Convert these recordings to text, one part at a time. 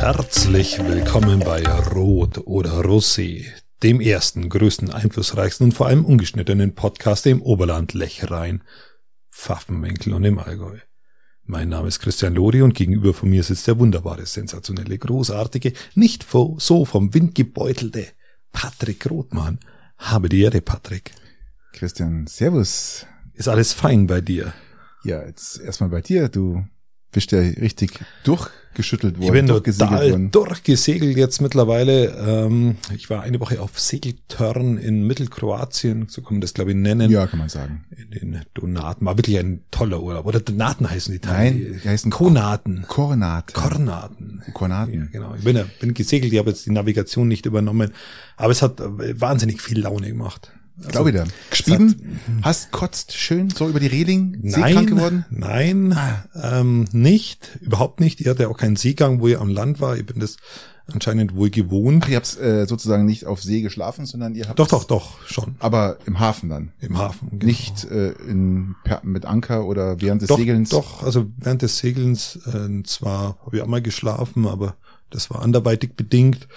herzlich willkommen bei Rot oder Rosé, dem ersten, größten, einflussreichsten und vor allem ungeschnittenen Podcast im Oberland Lechrein, Pfaffenwinkel und im Allgäu. Mein Name ist Christian Lori und gegenüber von mir sitzt der wunderbare, sensationelle, großartige, nicht so vom Wind gebeutelte Patrick Rothmann. Habe die Ehre, Patrick. Christian, Servus. Ist alles fein bei dir? Ja, jetzt erstmal bei dir. Du bist ja richtig durchgeschüttelt worden. Ich bin total durchgesegelt jetzt mittlerweile. Ähm, ich war eine Woche auf Segeltörn in Mittelkroatien, so kann man das glaube ich nennen. Ja, kann man sagen. In den Donaten. War wirklich ein toller Urlaub. Oder Donaten heißen die Teile. Nein, die heißen Konaten. Kornat. Kornaten. Kornaten. Ja, genau. Ich bin, ja- bin gesegelt, ich habe jetzt die Navigation nicht übernommen. Aber es hat äh, wahnsinnig viel Laune gemacht. Also Glaube ich dir. Gespieben, hast kotzt schön so über die Reling, seekrank geworden. Ah. Nein, ähm, nicht, überhaupt nicht. Ich hatte auch keinen Seegang, wo ihr am Land war. Ich bin das anscheinend wohl gewohnt. Ach, ihr habt äh, sozusagen nicht auf See geschlafen, sondern ihr habt Doch, doch, doch, schon. aber im Hafen dann. Im Hafen. genau. Nicht äh, in, per, mit Anker oder während des doch, Segelns. Doch, also während des Segelns, äh, zwar habe ich auch mal geschlafen, aber das war anderweitig bedingt.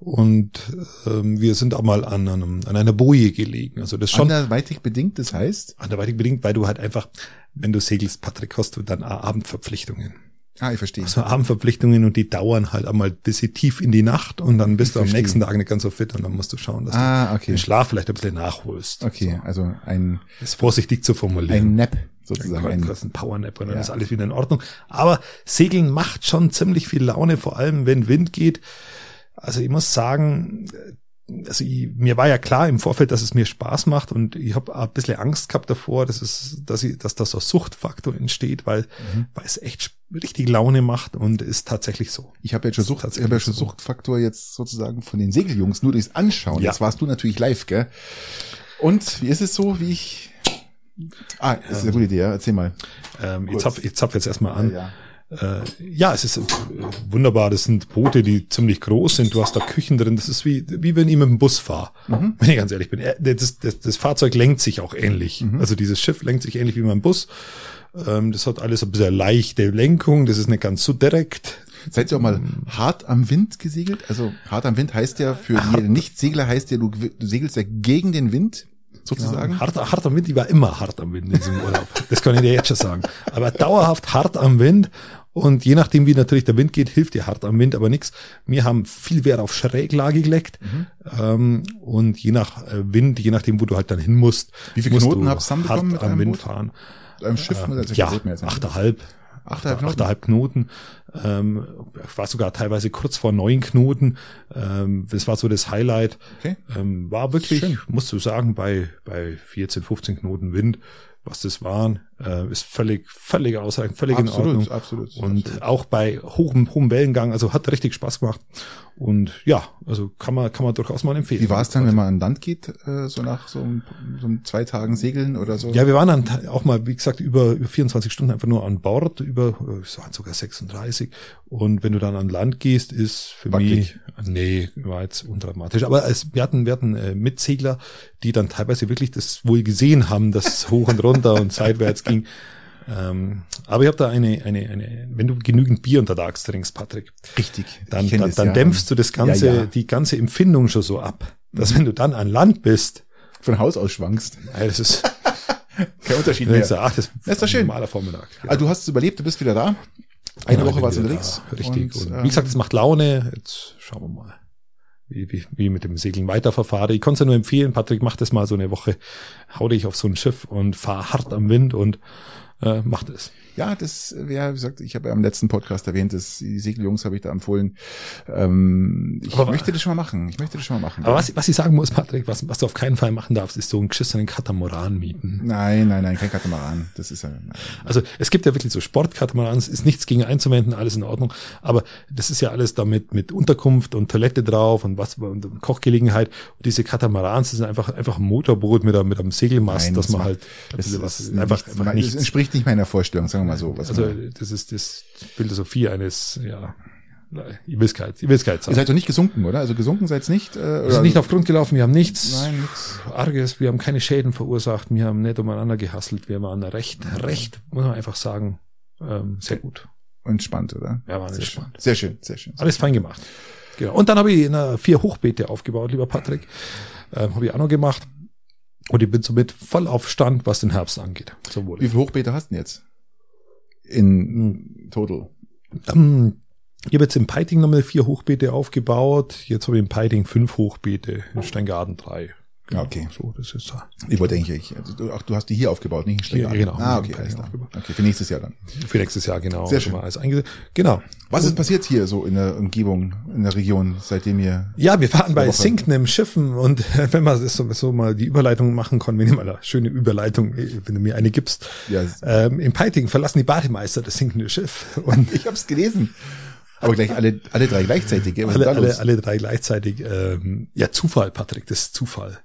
Und ähm, wir sind auch mal an, einem, an einer Boje gelegen. Also das schon Anderweitig bedingt, das heißt. anderweitig bedingt, weil du halt einfach, wenn du segelst, Patrick, hast du dann auch Abendverpflichtungen. Ah, ich verstehe. so Abendverpflichtungen und die dauern halt einmal bis sie tief in die Nacht und dann bist du am verstehe. nächsten Tag nicht ganz so fit und dann musst du schauen, dass Ah, du den okay. Schlaf vielleicht ein bisschen nachholst. Okay, also ein, So, ist vorsichtig zu ein formulieren. Nap Dann sozusagen. kann- Ein, kannst ein Powernap und dann Ja. ist alles wieder in Ordnung. Aber Segeln macht schon ziemlich viel Laune, vor allem wenn Wind geht. Also ich muss sagen, also ich, mir war ja klar im Vorfeld, dass es mir Spaß macht und ich habe ein bisschen Angst gehabt davor, dass es, dass ich, dass das so ein Suchtfaktor entsteht, weil, Mhm. weil es echt sp- richtig Laune macht und ist tatsächlich so. Ich habe ja schon Das ist Sucht, ich tatsächlich habe ja schon so. Suchtfaktor jetzt sozusagen von den Segeljungs nur durchs Anschauen. Ja. Jetzt warst du natürlich live, gell? Und wie ist es so, wie ich? Ah, das ist eine gute Idee. ja. Erzähl mal. Ähm, ich, Kurz. zapf, ich zapf jetzt erstmal an. Ja, Äh, ja, es ist äh, wunderbar. Das sind Boote, die ziemlich groß sind. Du hast da Küchen drin. Das ist wie, wie wenn ich mit dem Bus fahre. Wenn ich ganz ehrlich bin. Äh, Das, das, das Fahrzeug lenkt sich auch ähnlich. Also dieses Schiff lenkt sich ähnlich wie mein Bus. Ähm, das hat alles ein bisschen leichte Lenkung. Das ist nicht ganz so direkt. Seid ihr auch mal hart am Wind gesegelt? Also hart am Wind heißt ja für die Nicht-Segler heißt ja, du, gew- du segelst ja gegen den Wind sozusagen. Hart, hart am Wind, ich war immer hart am Wind in diesem Urlaub. Das kann ich dir jetzt schon sagen. Aber dauerhaft hart am Wind. Und je nachdem, wie natürlich der Wind geht, hilft dir hart am Wind, aber nichts. Wir haben viel Wert auf Schräglage gelegt. Mhm. Ähm, und je nach äh, Wind, je nachdem, wo du halt dann hin musst, Wie viele musst Knoten du habt's hart zusammenbekommen mit am einem Wind Boot? fahren. Mit einem Schiff muss also ja, kein Boot mehr sein. achteinhalb. Achteinhalb Knoten. Achteinhalb Knoten. Ähm, war sogar teilweise kurz vor neun Knoten. Ähm, das war so das Highlight. Okay. Ähm, war wirklich, Schön. musst du sagen, bei, bei 14, 15 Knoten Wind, was das waren, äh, ist völlig, völlig ausreichend, völlig in Ordnung. Absolut, absolut. Und auch bei hohem, hohem Wellengang, also hat richtig Spaß gemacht. Und ja, also kann man, kann man durchaus mal empfehlen. wie war es dann, wenn man an Land geht, äh, so nach so, einem- so einem zwei Tagen Segeln oder so? Ja, wir waren dann ta- auch mal, wie gesagt, über, über 24 Stunden einfach nur an Bord, über, äh, es waren sogar 36. Und wenn du dann an Land gehst, ist für Wackelig. mich, nee, war jetzt undramatisch. Aber es, wir hatten, wir hatten äh, Mitsegler, die dann teilweise wirklich das wohl gesehen haben, dass es hoch und runter und seitwärts ging. Ähm, aber ich habe da eine, eine, eine, wenn du genügend Bier untertags trinkst, Patrick, richtig. dann, Ich kenn dann, das, dann ja. dämpfst du das ganze, Ja, ja. die ganze Empfindung schon so ab, dass wenn du dann an Land bist, Von Haus aus schwankst. ey, das ist, Kein Unterschied dann mehr. denkst du, ach, das Das ist doch schön. Normaler Vormittag. Ja. Ah, du hast es überlebt, du bist wieder da. Eine Genau, Woche ich bin warst du wieder unterwegs. da. Richtig. Und, Und, wie ähm, gesagt, es macht Laune. Jetzt schauen wir mal, wie, wie, wie mit dem Segeln weiterverfahre. Ich kann es ja nur empfehlen, Patrick, mach das mal so eine Woche. Hau dich auf so ein Schiff und fahr hart am Wind und äh, mach das. Ja, das wäre, wie gesagt, ich habe ja im letzten Podcast erwähnt, dass die Segeljungs habe ich da empfohlen. Ähm, ich Aber- möchte das schon mal machen. Ich möchte das schon mal machen. Aber was, was ich sagen muss, Patrick, was, was du auf keinen Fall machen darfst, ist so einen geschissenen Katamaran mieten. Nein, nein, nein, kein Katamaran. Das ist ja. Nein. Also es gibt ja wirklich so Sportkatamarans, ist nichts gegen einzuwenden, alles in Ordnung, aber das ist ja alles damit mit Unterkunft und Toilette drauf und was und Kochgelegenheit und diese Katamarans das sind einfach einfach ein Motorboot mit einem, mit einem Segelmast, Nein, dass das man macht- halt ein Das, bisschen ist einfach, nicht, einfach das nichts. entspricht nicht meiner Vorstellung, sagen wir mal so. Was Also man- das ist das Philosophie eines ja ich will's kein, ich will's kein ihr sagen. seid doch nicht gesunken, oder? Also gesunken seid's nicht. Äh, Wir oder sind nicht auf Grund gelaufen, wir haben nichts Nein, nix. Arges, wir haben keine Schäden verursacht, wir haben nicht umeinander gehasselt, wir waren recht, recht, muss man einfach sagen, ähm, sehr gut. entspannt, oder? Ja, war sehr entspannt. Also Schön. Sehr schön, sehr schön. Alles fein gemacht. Genau. Und dann habe ich na, vier Hochbeete aufgebaut, lieber Patrick. Ähm, habe ich auch noch gemacht. Und ich bin somit voll auf Stand, was den Herbst angeht. So wurde Wie viele Hochbeete hast du denn jetzt? Hm. In total. hm. Ähm, ich habe jetzt in Peiting nochmal vier Hochbeete aufgebaut. Jetzt habe ich in Peiting fünf Hochbeete, in Steingarten drei. Ja, okay. So, das ist so. Ich wollte eigentlich, also du, ach, du hast die hier aufgebaut, nicht in Stuttgart. Hier, genau. Ah, okay, Ja, alles genau. klar. Okay, für nächstes Jahr dann. Für nächstes Jahr, genau. Sehr Schon schön. mal Alles einges- genau. Was ist passiert hier so in der Umgebung, in der Region, seitdem ihr Ja, wir waren bei Woche. sinkenden Schiffen und wenn man das so, so mal die Überleitung machen kann, wenn ich mal eine schöne Überleitung, äh, wenn du mir eine gibst. Ja. Ähm, in Peiting verlassen die Bademeister das sinkende Schiff und Ich hab's gelesen. Aber gleich alle, alle drei gleichzeitig. gell? Was alle, ist da los? alle, alle drei gleichzeitig. Ähm, ja, Zufall, Patrick, das ist Zufall.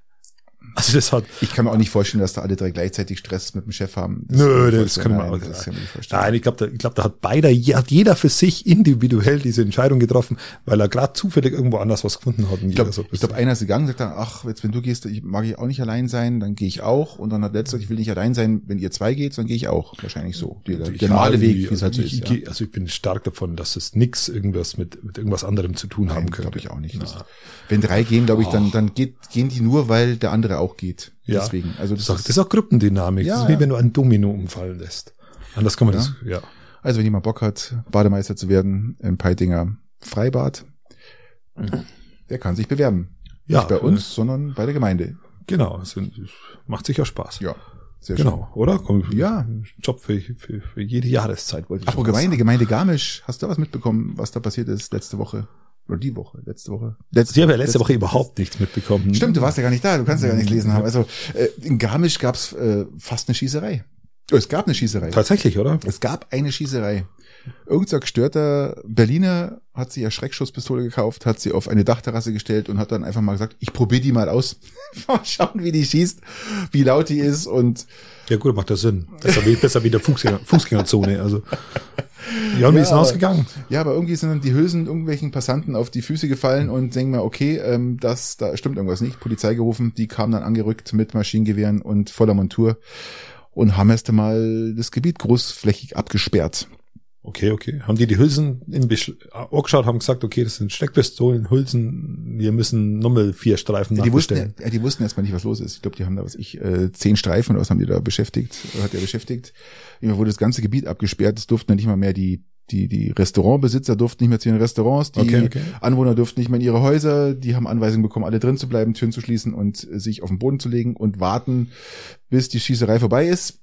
Also das hat, Ich kann mir auch nicht vorstellen, dass da alle drei gleichzeitig Stress mit dem Chef haben. Nö, kann ich mir das können wir auch. vorstellen. Nein, Das kann ich mir nicht vorstellen. Nein, ich glaube, da, ich glaub, da hat beider, hat jeder für sich individuell diese Entscheidung getroffen, weil er gerade zufällig irgendwo anders was gefunden hat. Und Ich jeder glaube, so ein ich glaub, einer ist gegangen sagt dann, ach, jetzt wenn du gehst, ich mag ich auch nicht allein sein, dann gehe ich auch. Und dann hat letzter, ich will nicht allein sein, wenn ihr zwei geht, dann gehe ich auch. Wahrscheinlich so. bisschen- Der, der also Ich normale mag Weg, die- wie es halt so ich, ist. ich, Ja. geh- Also ich bin stark davon, dass es nix irgendwas mit, mit irgendwas anderem zu tun haben Nein, könnte. glaube ich auch nicht. Das, Na, wenn drei gehen, glaube ich, dann, dann geht, gehen die nur, weil der andere auch geht. Ja. Deswegen. Also Das, das, ist auch, das ist, ist auch Gruppendynamik. Ja, das ist wie ja. wenn du ein Domino umfallen lässt. Anders kann man das, ja. also wenn jemand Bock hat, Bademeister zu werden im Peitinger Freibad, äh, der kann sich bewerben. Ja, äh, Nicht bei uns, sondern bei der Gemeinde. Genau, es sind- es macht sicher Spaß. Ja, sehr schön. Genau, oder? Komm, Ja. Job für, für, für jede Jahreszeit wollte ich Apropos schon was Gemeinde, Gemeinde Garmisch, hast du da was mitbekommen, was da passiert ist letzte Woche? Oder die Woche, letzte Woche? Letzte, Sie haben ja letzte Woche überhaupt nichts mitbekommen. Stimmt, du warst ja gar nicht da, du kannst ja gar nichts lesen Mhm. haben. Also äh, in Garmisch gab's äh, fast eine Schießerei. Oh, es gab eine Schießerei. Tatsächlich, oder? Es gab eine Schießerei. Irgend so ein gestörter Berliner hat sich ja Schreckschusspistole gekauft, hat sie auf eine Dachterrasse gestellt und hat dann einfach mal gesagt, ich probiere die mal aus. mal schauen, wie die schießt, wie laut die ist und Ja gut, macht das Sinn. Besser wie, besser wie der Fußgänger, Fußgängerzone. Also. Ja, und wie ist denn aber- ausgegangen? Ja, aber irgendwie sind dann die Hülsen irgendwelchen Passanten auf die Füße gefallen und denken mal, okay, ähm, das, da stimmt irgendwas nicht. Polizei gerufen, die kamen dann angerückt mit Maschinengewehren und voller Montur und haben erst einmal das Gebiet großflächig abgesperrt. Okay, okay. Haben die die Hülsen in Beschl- angeschaut, haben gesagt, okay, das sind Steckpistolen, Hülsen, wir müssen nochmal vier Streifen Ja, die, wussten, nachbestellen. ja, die wussten erstmal nicht, was los ist. Ich glaube, die haben da, was ich, äh, zehn Streifen oder was haben die da beschäftigt, hat der beschäftigt. Immer wurde das ganze Gebiet abgesperrt, es durften dann nicht mal mehr die die, die Restaurantbesitzer durften nicht mehr zu ihren Restaurants, die Okay, okay. Anwohner durften nicht mehr in ihre Häuser, die haben Anweisungen bekommen, alle drin zu bleiben, Türen zu schließen und äh, sich auf den Boden zu legen und warten, bis die Schießerei vorbei ist.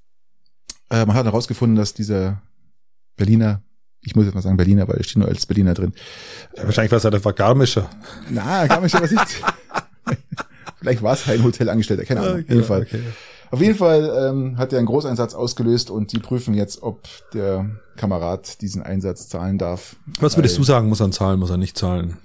Äh, man hat herausgefunden, dass dieser Berliner, ich muss jetzt mal sagen Berliner, weil er steht nur als Berliner drin, Ja, wahrscheinlich war es halt einfach Garmischer. na, kann man schon was nicht. Vielleicht war es ein Hotelangestellter, keine Ahnung. Ja, Genau, genau, Auf jeden Fall, okay. auf jeden Fall ähm, hat er einen Großeinsatz ausgelöst und die prüfen jetzt, ob der Kamerad diesen Einsatz zahlen darf. Was würdest du sagen, muss er zahlen, muss er nicht zahlen?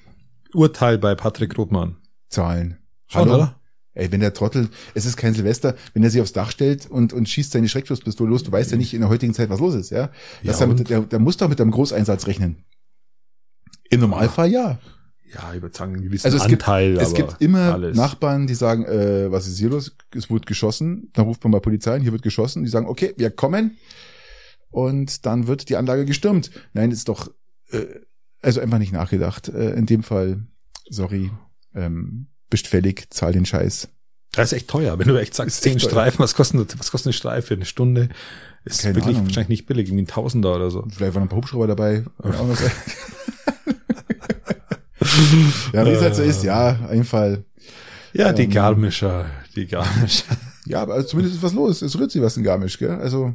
Urteil bei Patrick Rothmann. Zahlen. Schon, Hallo? oder? Ey, wenn der Trottel, es ist kein Silvester, wenn er sich aufs Dach stellt und, und schießt seine Schreckschusspistole los, du weißt ja nicht in der heutigen Zeit, was los ist, ja? Das Ja, ja und? der, der muss doch mit einem Großeinsatz rechnen. Im Normalfall ja. Ja, ich würde sagen, einen gewissen Also es gibt- Anteil, Es aber gibt immer alles. Nachbarn, die sagen, äh, was ist hier los? Es wurde geschossen. Dann ruft man bei Polizei an, hier wird geschossen. Die sagen, okay, wir kommen. Und dann wird die Anlage gestürmt. Nein, ist doch, äh, also einfach nicht nachgedacht. Äh, in dem Fall, sorry, ähm, bist fällig, zahl den Scheiß. Das ist echt teuer, wenn du echt sagst, Ist zehn echt teuer. Streifen, was kostet, was kostet eine Streife? Eine Stunde ist Keine wirklich Ahnung. wahrscheinlich nicht billig, irgendwie ein Tausender oder so. Und vielleicht waren noch ein paar Hubschrauber dabei. Kann auch noch sein. ja, wie es Äh. halt so ist, ja, ein Fall. Ja, die Ähm. Garmischer, die Garmischer. Ja, aber zumindest ist was los. Es rührt sich was in Garmisch, gell? Also,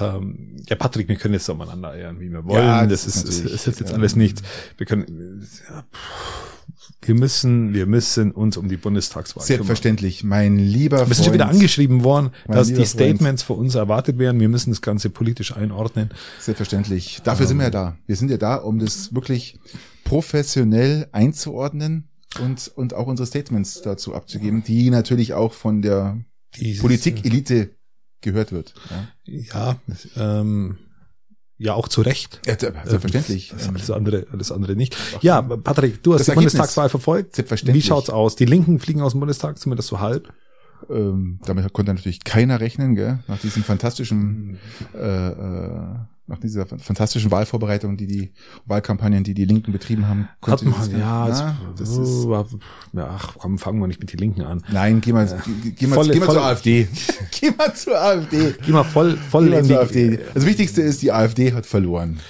Ähm, ja, Patrick, wir können jetzt umeinander eiern, wie wir wollen. Ja, das, das ist, ist das natürlich, ist jetzt ja. alles nichts. Wir können, ja, pff, wir müssen, wir müssen uns um die Bundestagswahl selbstverständlich, mein lieber Wir sind schon wieder Freund. angeschrieben worden, Mein dass lieber die Statements von uns erwartet werden. Wir müssen das Ganze politisch einordnen. Selbstverständlich. Dafür sind wir ja da. Wir sind ja da, um das wirklich professionell einzuordnen und, und auch unsere Statements dazu abzugeben, die natürlich auch von der Dieses- äh, Politikelite gehört wird. Ja, Ja, ähm, ja, auch zu Recht. Ähm, Ja, da- selbstverständlich. Das alles andere, alles andere nicht. Ja, Patrick, du hast Das die Ergebnis. Bundestagswahl verfolgt. Selbstverständlich. Wie schaut's aus? Die Linken fliegen aus dem Bundestag, zumindest so halb. Ähm, damit konnte natürlich keiner rechnen, gell? nach diesem Mhm. fantastischen, äh, äh, nach dieser fan- fantastischen Wahlvorbereitung, die die Wahlkampagnen, die die Linken betrieben haben. Hat konnte man, dieses- ja, Na, es, ne? das ist, war- ja, ach komm, fangen wir nicht mit den Linken an. nein, geh mal, geh, geh mal, Volle- geh mal volle- zur AfD. geh mal zur AfD. Geh mal voll, voll Geh mal in zur Also die- AfD. Das Wichtigste ist, die AfD hat verloren.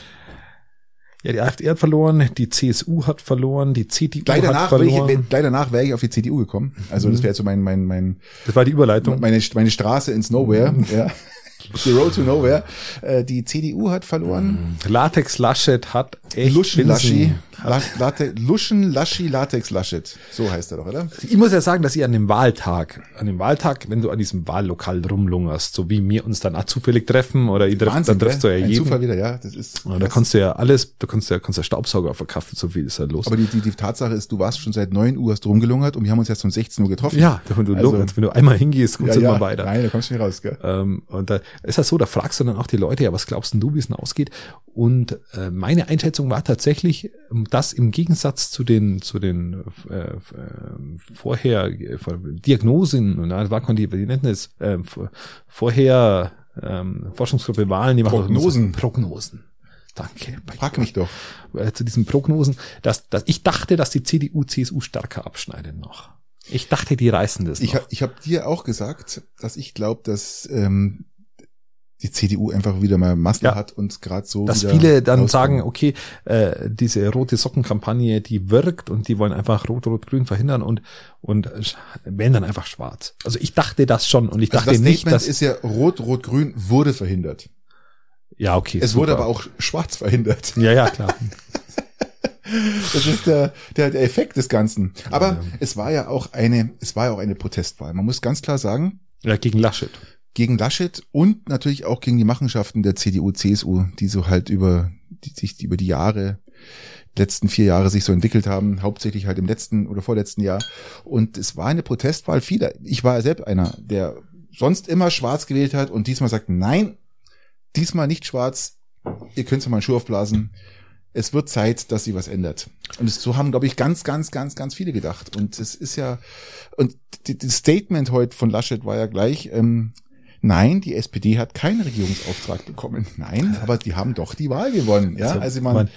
Ja, die AfD hat verloren, die CSU hat verloren, die CDU Gleich hat danach, wäre ich, verloren. Mhm. gleich danach wäre ich auf die CDU gekommen. Also das wäre jetzt so mein, mein, mein, das war die Überleitung. meine, meine Straße ins Nowhere. Mhm. ja. The Road to Nowhere. Äh, die CDU hat verloren. Latex Laschet hat Mhm. echt Luschen Laschi, Binsen. La, Late, Luschen Laschi Latex Laschet. So heißt er doch, oder? Ich muss ja sagen, dass ihr an dem Wahltag, an dem Wahltag, wenn du an diesem Wahllokal rumlungerst, so wie wir uns dann auch zufällig treffen oder ihr trefft, dann triffst du ja gell? ne? Ein jeden. Zufall wieder, ja. Das ist. Ja, da kannst du ja alles, da kannst du ja kannst du ja Staubsauger verkaufen, so viel ist da los. aber die, die, die Tatsache ist, du warst schon seit 9 Uhr, hast rumgelungert und wir haben uns erst um 16 Uhr getroffen. ja, wenn du, Also- wenn du einmal hingehst, kommst ja, du ja. immer weiter. Nein, da kommst du nicht raus, gell? Ähm, und da ist das so, da fragst du dann auch die Leute, ja, was glaubst denn du, wie es denn ausgeht? Und äh, meine Einschätzung war tatsächlich, ähm, dass im Gegensatz zu den zu den äh, äh, vorher äh, vor- Diagnosen, na, war die, die nennen es äh, vor- vorher ähm, Forschungsgruppe Wahlen, die machen doch immer so- Prognosen. Prognosen. Danke. Bei Frag mich doch. äh, zu diesen Prognosen, dass, dass ich dachte, dass die CDU, CSU stärker abschneiden noch. Ich dachte, die reißen das Ich, noch. hab- ich habe dir auch gesagt, dass ich glaube, dass ähm, die CDU einfach wieder mal Master Ja. hat und gerade so. dass wieder viele dann rauskommt. sagen, okay, äh, diese rote Sockenkampagne, die wirkt und die wollen einfach rot-rot-grün verhindern und und sch- wählen dann einfach schwarz. Also ich dachte das schon und ich also dachte das nicht, Statement dass ist ja rot-rot-grün wurde verhindert. ja okay. Es wurde super. aber auch schwarz verhindert. ja ja klar. Das ist der, der, der Effekt des Ganzen. Aber Ja. es war ja auch eine, es war ja auch eine Protestwahl. Man muss ganz klar sagen, ja gegen Laschet. gegen Laschet und natürlich auch gegen die Machenschaften der CDU, CSU, die so halt über, die sich über die Jahre, letzten vier Jahre sich so entwickelt haben, hauptsächlich halt im letzten oder vorletzten Jahr. Und es war eine Protestwahl vieler. Ich war ja selbst einer, der sonst immer schwarz gewählt hat und diesmal sagt, nein, diesmal nicht schwarz, ihr könnt mal einen Schuh aufblasen. Es wird Zeit, dass sie was ändert. Und es, so haben, glaube ich, ganz, ganz, ganz, ganz viele gedacht. Und es ist ja, und die- das Statement heute von Laschet war ja gleich, ähm, nein, die SPD hat keinen Regierungsauftrag bekommen. Nein, aber die haben doch die Wahl gewonnen. Ja, also man, man-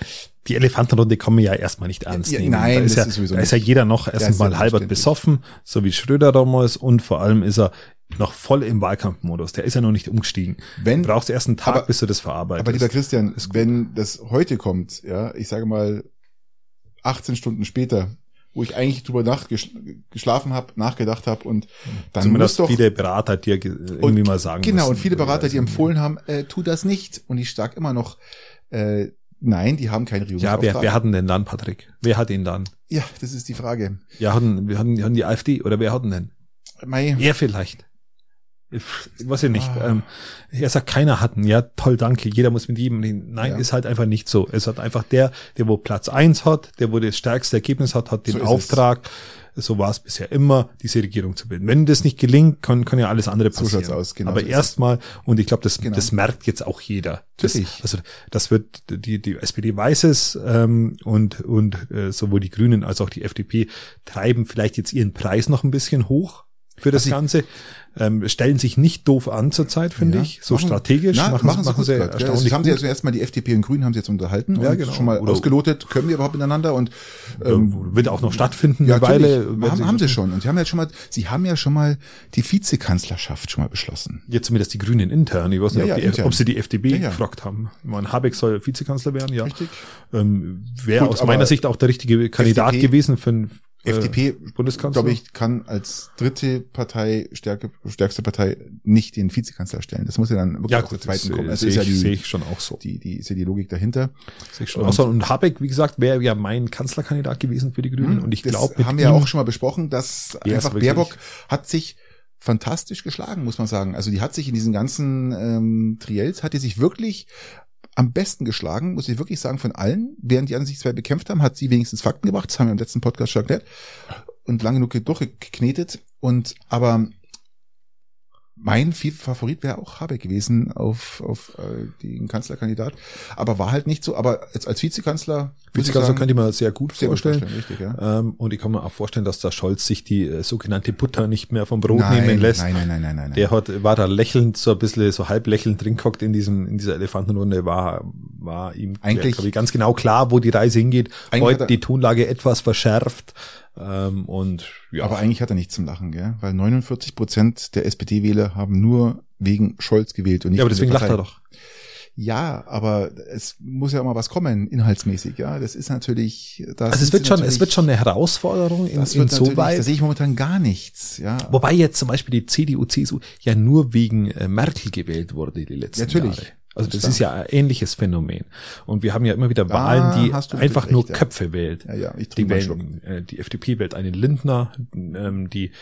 die Elefantenrunde kann man ja erstmal nicht ernst Ja, nehmen. nein, da ist, das ja, ist sowieso da ist ja nicht. jeder noch ist erstmal ja halbert verständlich. besoffen, so wie Schröder damals und vor allem ist er noch voll im Wahlkampfmodus. Der ist ja noch nicht umgestiegen. wenn, Du brauchst erst einen Tag, Aber- bis du das verarbeitest. aber lieber Christian, wenn das heute kommt, ja, ich sage mal 18 Stunden später, wo ich eigentlich drüber nachgeschl- geschlafen habe, nachgedacht habe Hm. und dann muss Zumindest doch viele Berater dir ge- irgendwie mal sagen Genau, müssen. und viele Berater, die Also, empfohlen haben, äh, tu das nicht. Und ich sag immer noch, äh, nein, die haben Ja, keinen Regierungsauftrag. wer, wer hat denn den dann, Patrick? Wer hat ihn dann? ja, das ist die Frage. Ja, hatten, wir hatten, hatten die AfD oder wer hat ihn denn? Mai, Er vielleicht. Ich weiß ich nicht. Ah. Ähm, er sagt, keiner hatten. Ja, toll, danke. Jeder muss mit jedem reden. Nein, Ja. ist halt einfach nicht so. Es hat einfach der, der wo Platz eins hat, der wo das stärkste Ergebnis hat, hat den So ist es. Auftrag. So war es bisher immer, diese Regierung zu bilden. Wenn das nicht gelingt, kann, kann ja alles andere So passieren. schaut's aus, genau Aber so ist erstmal, und ich glaube, das, Genau. das merkt jetzt auch jeder. Das, Natürlich. also das wird, die, die SPD weiß es ähm, und, und äh, sowohl die Grünen als auch die FDP treiben vielleicht jetzt ihren Preis noch ein bisschen hoch für das Also ich- Ganze. Ähm, stellen sich nicht doof an zurzeit, finde Ja. ich. So Machen- strategisch na, machen, machen, gut sie grad, gell? erstaunlich Das haben sie gut. also erstmal die FDP und Grünen haben sie jetzt unterhalten Ja, und genau. schon mal Oder- ausgelotet, können wir überhaupt miteinander und Ähm, wird auch noch stattfinden ja, eine Weile. Äh, natürlich. Wenn haben, haben sie schon. Und sie haben jetzt schon mal, sie haben ja schon mal die Vizekanzlerschaft schon mal beschlossen. Jetzt zumindest die Grünen intern. Ich weiß nicht, Ja, ob, ja, die, intern. ob sie die FDP Ja, ja. gefragt haben. Ich meine, Habeck soll Vizekanzler werden, ja. Richtig. Ähm, Wäre Gut, aus meiner aber Sicht auch der richtige Kandidat FDP gewesen für einen äh, FDP, Bundeskanzler. glaube ich, kann als dritte Partei, stärke, stärkste Partei, nicht den Vizekanzler stellen. Das muss ja dann wirklich ja, aus der gut, das zweiten kommen. äh, Also sehe ist ja ich, sehe die, ich schon auch so. die, die, ist ja die Logik dahinter. Sehe ich schon Und- auch so. Und Habeck, wie gesagt, wäre ja mein Kanzlerkandidat gewesen für die Grünen. Und ich Hm? Mhm. Das glaube, haben wir ja auch schon mal besprochen, dass Ja, einfach ist wirklich- Baerbock hat sich fantastisch geschlagen, muss man sagen. Also die hat sich in diesen ganzen ähm, Triels, hat die sich wirklich am besten geschlagen, muss ich wirklich sagen, von allen. Während die anderen sich zwei bekämpft haben, hat sie wenigstens Fakten gebracht. Das haben wir im letzten Podcast schon erklärt. Und lange genug durchgeknetet. Und aber mein Fi- Favorit wäre auch Habeck gewesen auf, auf äh, den Kanzlerkandidat. Aber war halt nicht so. Aber als, als Vizekanzler. muss ich Vizekanzler sagen, kann ich mir sehr gut sehr gut vorstellen. richtig, ja. Ähm, und ich kann mir auch vorstellen, dass der Scholz sich die äh, sogenannte Butter nicht mehr vom Brot nein, nehmen lässt. Nein, nein, nein, nein, nein. Der hat, war da lächelnd, so ein bisschen, so halb lächelnd drin gehockt in diesem, in dieser Elefantenrunde, war, war ihm, Eigentlich- glaub ich, ganz genau klar, wo die Reise hingeht. Eigentlich hat Heute er- die Tonlage etwas verschärft, ähm, und, ja. Aber eigentlich hat er nichts zum Lachen, gell? Weil 49 Prozent der SPD-Wähler haben nur wegen Scholz gewählt und nicht ja, aber deswegen wegen der lacht er Partei. doch. Ja, aber es muss ja immer was kommen, inhaltsmäßig, ja. Das ist natürlich, das Also es wird schon, es wird schon eine Herausforderung in, das wird natürlich, da insoweit. sehe ich momentan gar nichts, ja. Wobei jetzt zum Beispiel die CDU, CSU ja nur wegen äh, Merkel gewählt wurde die letzten Natürlich. Jahre. Also das Klar. ist ja ein ähnliches Phänomen. Und wir haben ja immer wieder Da Wahlen, die hast du einfach natürlich nur recht, ja. Köpfe wählt. Ja, ja, ich Die, trinke mal einen Schluck. wählen, äh, die FDP wählt einen Lindner, ähm, die,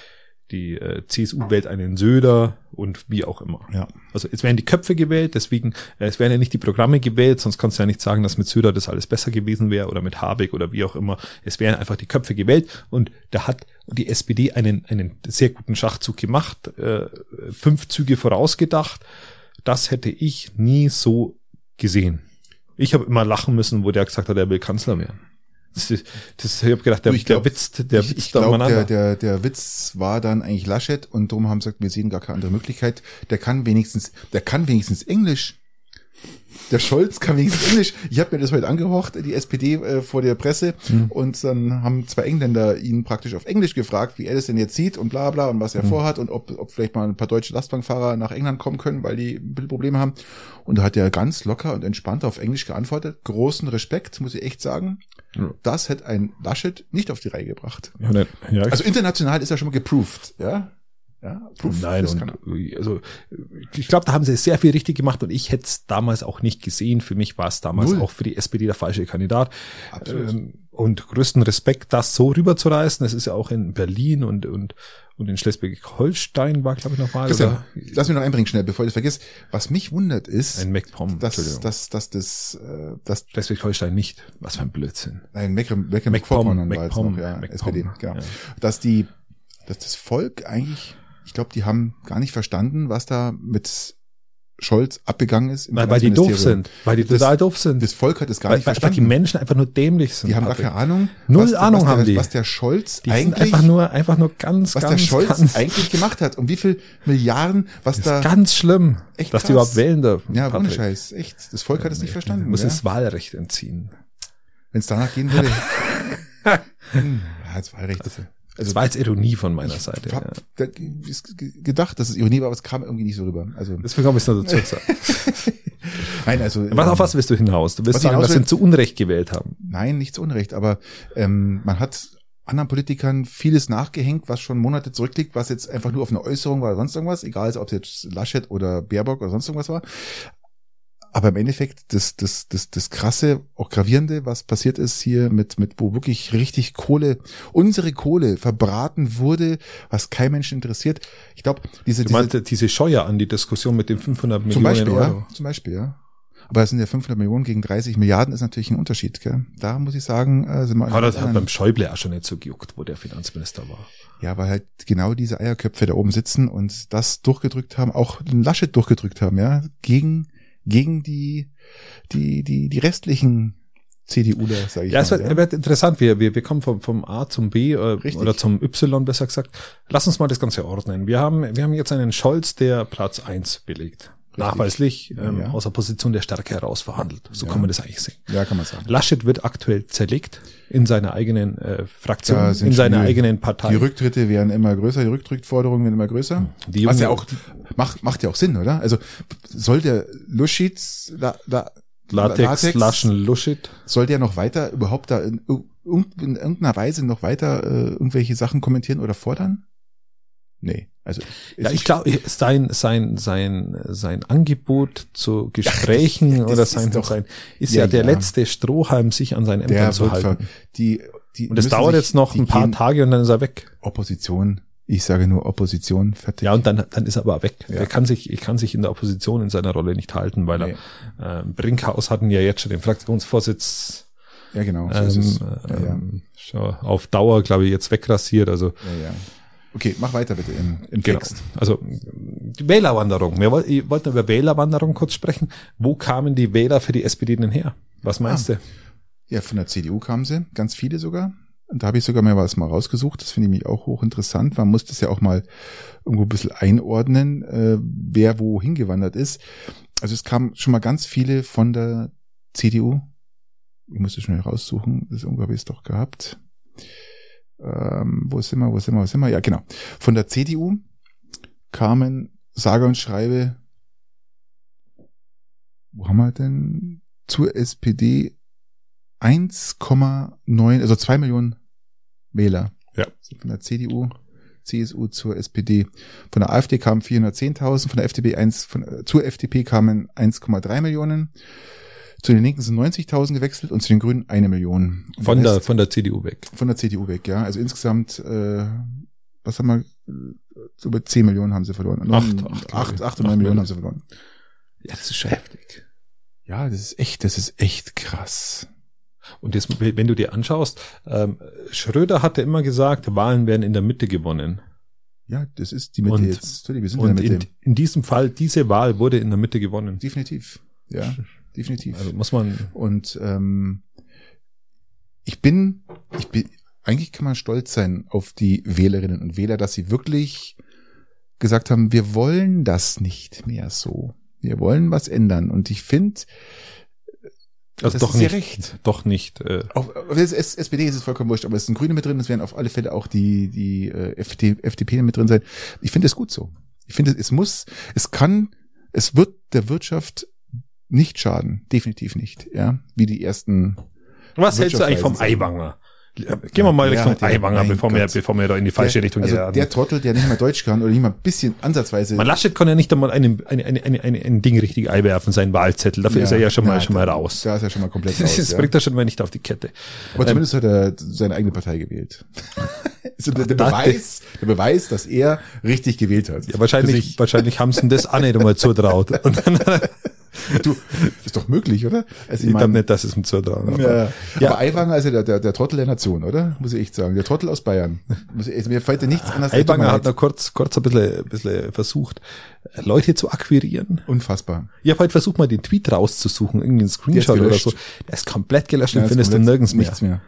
die äh, CSU wählt einen Söder und wie auch immer. Ja. Also es werden die Köpfe gewählt, deswegen, äh, es werden ja nicht die Programme gewählt, sonst kannst du ja nicht sagen, dass mit Söder das alles besser gewesen wäre oder mit Habeck oder wie auch immer. Es werden einfach die Köpfe gewählt und da hat die SPD einen, einen sehr guten Schachzug gemacht, äh, fünf Züge vorausgedacht. Das hätte ich nie so gesehen. Ich habe immer lachen müssen, wo der gesagt hat, er will Kanzler werden. Das, ist- das, ich habe gedacht, der, Du, ich glaub, der witzt, der ich witzt ich glaube, der, umeinander. der, der Witz war dann eigentlich Laschet und drum haben sie gesagt, wir sehen gar keine andere Möglichkeit. Der kann wenigstens, der kann wenigstens Englisch. Der Scholz kann wenigstens Englisch. Ich habe mir das heute angehorcht, die SPD äh, vor der Presse. Und dann haben zwei Engländer ihn praktisch auf Englisch gefragt, wie er das denn jetzt sieht und bla bla und was er vorhat und ob, ob vielleicht mal ein paar deutsche Lastbankfahrer nach England kommen können, weil die ein bisschen Probleme haben. Und da hat er ganz locker und entspannt auf Englisch geantwortet. Großen Respekt, muss ich echt sagen. Ja. Das hätte ein Laschet nicht auf die Reihe gebracht. Ja, ne, ja, Also international ist ja schon mal geproved, ja? Ja, proved, Nein, das kann er. und, also ich glaube, da haben sie sehr viel richtig gemacht und ich hätte es damals auch nicht gesehen. Für mich war es damals Null. auch für die SPD der falsche Kandidat. Absolut. Ähm, und größten Respekt, das so rüberzureißen. Das ist ja auch in Berlin und, und, und in Schleswig-Holstein war, glaube ich, nochmal. Christian, Oder lass mich noch einbringen schnell, bevor ich das vergesse. Was mich wundert ist, ein MacPom, dass, Entschuldigung. dass, dass das, äh, dass Schleswig-Holstein nicht. Was für ein Blödsinn. nein, Mecklen- MacPom, Mecklenburg-Vorpommern Genau, war jetzt noch, MacPom, ja, MacPom, SPD, genau. ja. Dass die, dass das Volk eigentlich, ich glaube, die haben gar nicht verstanden, was da mit Scholz abgegangen ist. im Weil, weil die doof Finanzministerium. sind. Weil die Das- total doof sind. Das Volk hat es gar weil, nicht weil, weil die verstanden. Menschen einfach nur dämlich sind. Die haben gar Patrick. keine Ahnung. Null was, Ahnung was haben der, die. Was der Scholz Die sind eigentlich einfach nur, einfach nur ganz, was ganz, der Scholz ganz, eigentlich gemacht hat und wie viel Milliarden, was ist da. ganz schlimm, Echt dass die krass. überhaupt wählen dürfen. ja, ohne Patrick. Scheiß, echt. Das Volk hat es nicht verstanden. Muss Ja? das Wahlrecht entziehen. Wenn es danach gehen würde. Hm, ja, jetzt war recht. Also, das war jetzt Ironie von meiner Seite. ich Ja. hab da g- g- g- gedacht, dass es Ironie war, aber es kam irgendwie nicht so rüber. Also, Deswegen habe ich es nur dazu gesagt. nein, also. Was, ähm, auf was willst du hinaus? Du willst Was sagen, hinaus dass will- sie zu Unrecht gewählt haben. Nein, nichts Unrecht, aber ähm, man hat anderen Politikern vieles nachgehängt, was schon Monate zurückliegt, was jetzt einfach nur auf eine Äußerung war oder sonst irgendwas, egal ob es jetzt Laschet oder Baerbock oder sonst irgendwas war. Aber im Endeffekt, das, das, das, das krasse, auch gravierende, was passiert ist hier mit, mit, wo wirklich richtig Kohle, unsere Kohle verbraten wurde, was kein Mensch interessiert. Ich glaube, diese, Du diese, meinst diese Scheuer an die Diskussion mit den 500 zum Millionen Beispiel, Euro. ja, zum Beispiel, ja. Aber es sind ja 500 Millionen gegen 30 Milliarden, ist natürlich ein Unterschied, gell? Da muss ich sagen, äh, sind wir Aber das hat anderen- beim Schäuble auch schon nicht so gejuckt, wo der Finanzminister war. Ja, weil halt genau diese Eierköpfe da oben sitzen und das durchgedrückt haben, auch den Laschet durchgedrückt haben, ja, gegen, gegen die, die, die, die restlichen CDUler, sage ich Ja, es mal. wird, ja. wird interessant. Wir, wir, wir kommen vom, vom A zum B äh, Richtig. oder zum Y besser gesagt. Lass uns mal das Ganze ordnen. Wir haben, wir haben jetzt einen Scholz, der Platz 1 belegt. Nachweislich ähm, Ja. aus der Position der Stärke heraus verhandelt. So Ja. kann man das eigentlich sehen. ja, kann man sagen. Laschet wird aktuell zerlegt in seiner eigenen äh, Fraktion, Da sind in seiner Schwüle. eigenen Partei. Die Rücktritte werden immer größer, die Rücktrittforderungen werden immer größer. Die Jungen- Was ja auch, macht, macht ja auch Sinn, oder? Also, soll der Luschitz, La, La, Latex, Laschen, Luschet. soll der noch weiter überhaupt da in, ir- irgend- in irgendeiner Weise noch weiter äh, irgendwelche Sachen kommentieren oder fordern? Nee, also Ja, ich glaube, sein, sein, sein, sein Angebot zu Gesprächen das oder ist sein, doch- sein ist ja, Ja, der ja. letzte Strohhalm, sich an seinen Ämtern der zu wird ver, halten. die, die Und das müssen dauert sich- jetzt noch die ein paar gehen- Tage und dann ist er weg. Opposition, ich sage nur Opposition, fertig. Ja, und dann, dann ist er aber weg. Ja. Er kann sich, er kann sich in der Opposition in seiner Rolle nicht halten, weil Nee. er, äh, Brinkhaus hatten ja jetzt schon den Fraktionsvorsitz ja genau, so ist ähm, es. Ja, ja. ähm, schon auf Dauer, glaube ich, jetzt wegrasiert. Also Ja, ja. Okay, mach weiter bitte im, im Genau. Text. Also die Wählerwanderung. Wir, woll- ich wollte über Wählerwanderung kurz sprechen. Wo kamen die Wähler für die SPD denn her? Was meinst du? Ja, von der CDU kamen sie, ganz viele sogar. Und da habe ich sogar mir was mal rausgesucht. Das finde ich mich auch hochinteressant. Man muss das ja auch mal irgendwo ein bisschen einordnen, äh, wer wo hingewandert ist. Also es kamen schon mal ganz viele von der CDU. Ich muss das schnell raussuchen. Das irgendwo habe ich es doch gehabt. Ähm, wo sind wir, wo sind wir, wo sind wir? Ja, genau. Von der CDU kamen sage und schreibe, wo haben wir denn? Zur SPD 1,9, also 2 Millionen Wähler. Ja. Von der CDU, CSU zur SPD. Von der AfD kamen 410.000, von der FDP 1, von, äh, zur FDP kamen 1,3 Millionen. Zu den Linken sind 90.000 gewechselt und zu den Grünen eine Million. Und Von der, Rest von der CDU weg. von der CDU weg, ja. Also insgesamt, äh, was haben wir, äh, über 10 Millionen haben sie verloren. Und Acht, acht, um- glaube acht, ich. acht und Acht neun Millionen Millionen. haben sie verloren. Ja, das ist schon heftig. Ja, das ist echt, das ist echt krass. Und jetzt, wenn du dir anschaust, ähm, Schröder hatte immer gesagt, Wahlen werden in der Mitte gewonnen. Ja, das ist die Mitte Und- jetzt. Sorry, wir sind in Und der Mitte. in, in diesem Fall, diese Wahl wurde in der Mitte gewonnen. Definitiv. Ja, definitiv. Also muss man, und ähm, ich bin, ich bin, eigentlich kann man stolz sein auf die Wählerinnen und Wähler, dass sie wirklich gesagt haben, wir wollen das nicht mehr so. Wir wollen was ändern. Und ich finde, also Das doch ist ihr nicht, Recht. doch nicht, äh, Auf, auf das S- SPD ist es vollkommen wurscht, aber es sind Grüne mit drin, es werden auf alle Fälle auch die, die äh, FD, FDP mit drin sein. Ich finde es gut so. Ich finde, es muss, es kann, es wird der Wirtschaft nicht schaden. Definitiv nicht, ja. Wie die ersten. Was hältst du eigentlich vom Wirtschaftsweisen. Eiwanger? Gehen wir mal Ja, Richtung der- Eiwanger, mein bevor wir, Gott. bevor wir da in die falsche der, Richtung also geraten. der Trottel, der nicht mal Deutsch kann oder nicht mal ein bisschen ansatzweise. Man Laschet kann ja nicht einmal einen, eine, eine, eine, eine, ein Ding richtig einwerfen, seinen Wahlzettel. Dafür ist er ja schon mal, na, schon mal da- raus. Da ist er schon mal komplett Das raus. ist- Ähm, ja. bringt er schon mal nicht auf die Kette. Aber zumindest hat er seine eigene Partei gewählt. also der, der, Da- Beweis, der Beweis, dass er richtig gewählt hat. Ja, wahrscheinlich, wahrscheinlich haben sie ihm das auch nicht einmal zutraut. Und dann, Du, ist doch möglich, oder? Also ich glaube nicht, dass es ihm zutraut. aber- Ja. Ja. Aber Aiwanger ist ja der, der, der Trottel der Nation, oder? Muss ich echt sagen. Der Trottel aus Bayern. Muss ich, also mir fällt ja nichts anderes ein. Tut mir Aiwanger hat leid. noch kurz, kurz ein bisschen, ein bisschen versucht, Leute zu akquirieren. Unfassbar. Ich habe halt versucht, mal den Tweet rauszusuchen, irgendwie einen Screenshot oder gelöscht. so. Der ist komplett gelöscht, den Ja, findest du komplett nirgends mehr. Nichts mehr.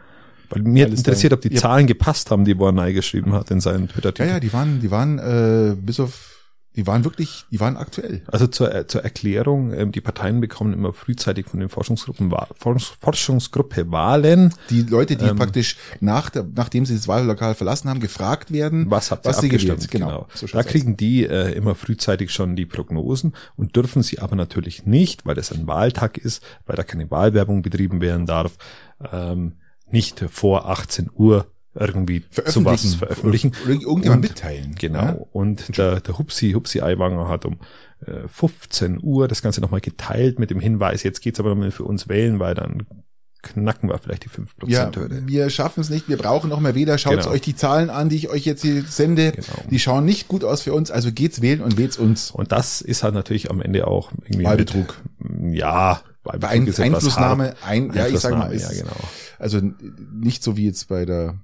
Weil mir hat Alles interessiert, ob die Ja. Zahlen gepasst haben, die Bornei geschrieben hat in seinen twitter Ja, ja, die waren, die waren, äh, bis auf, die waren wirklich, die waren aktuell. Also zur, äh, zur Erklärung, ähm, die Parteien bekommen immer frühzeitig von den Forschungsgruppen Wa- Forsch- Forschungsgruppe Wahlen. Die Leute, die Ähm. praktisch nach der, nachdem sie das Wahllokal verlassen haben, gefragt werden, Was habt ihr Was sie abgestimmt? gewählt, genau. So da schaut's kriegen die äh, immer frühzeitig schon die Prognosen und dürfen sie aber natürlich nicht, weil das ein Wahltag ist, weil da keine Wahlwerbung betrieben werden darf, ähm, nicht vor 18 Uhr irgendwie sowas veröffentlichen. Oder irgendjemand Und- mitteilen. Genau. Und der, der Hupsi, Hupsi Aiwanger hat um äh, 15 Uhr das Ganze nochmal geteilt mit dem Hinweis, jetzt geht's aber nochmal für uns wählen, weil dann knacken wir vielleicht die 5%-Hürde. Ja, wir schaffen es nicht, wir brauchen noch mehr Wähler. Schaut Genau. euch die Zahlen an, die ich euch jetzt hier sende. Genau. Die schauen nicht gut aus für uns, also geht's wählen und wählt's uns. Und das ist halt natürlich am Ende auch irgendwie Wahlbetrug. Mit, ja, Wahlbetrug Ein, ist etwas Einflussnahme, hart. ein, ja, ich sag mal, Einflussnahme, ist, ja, genau. also nicht so wie jetzt bei der,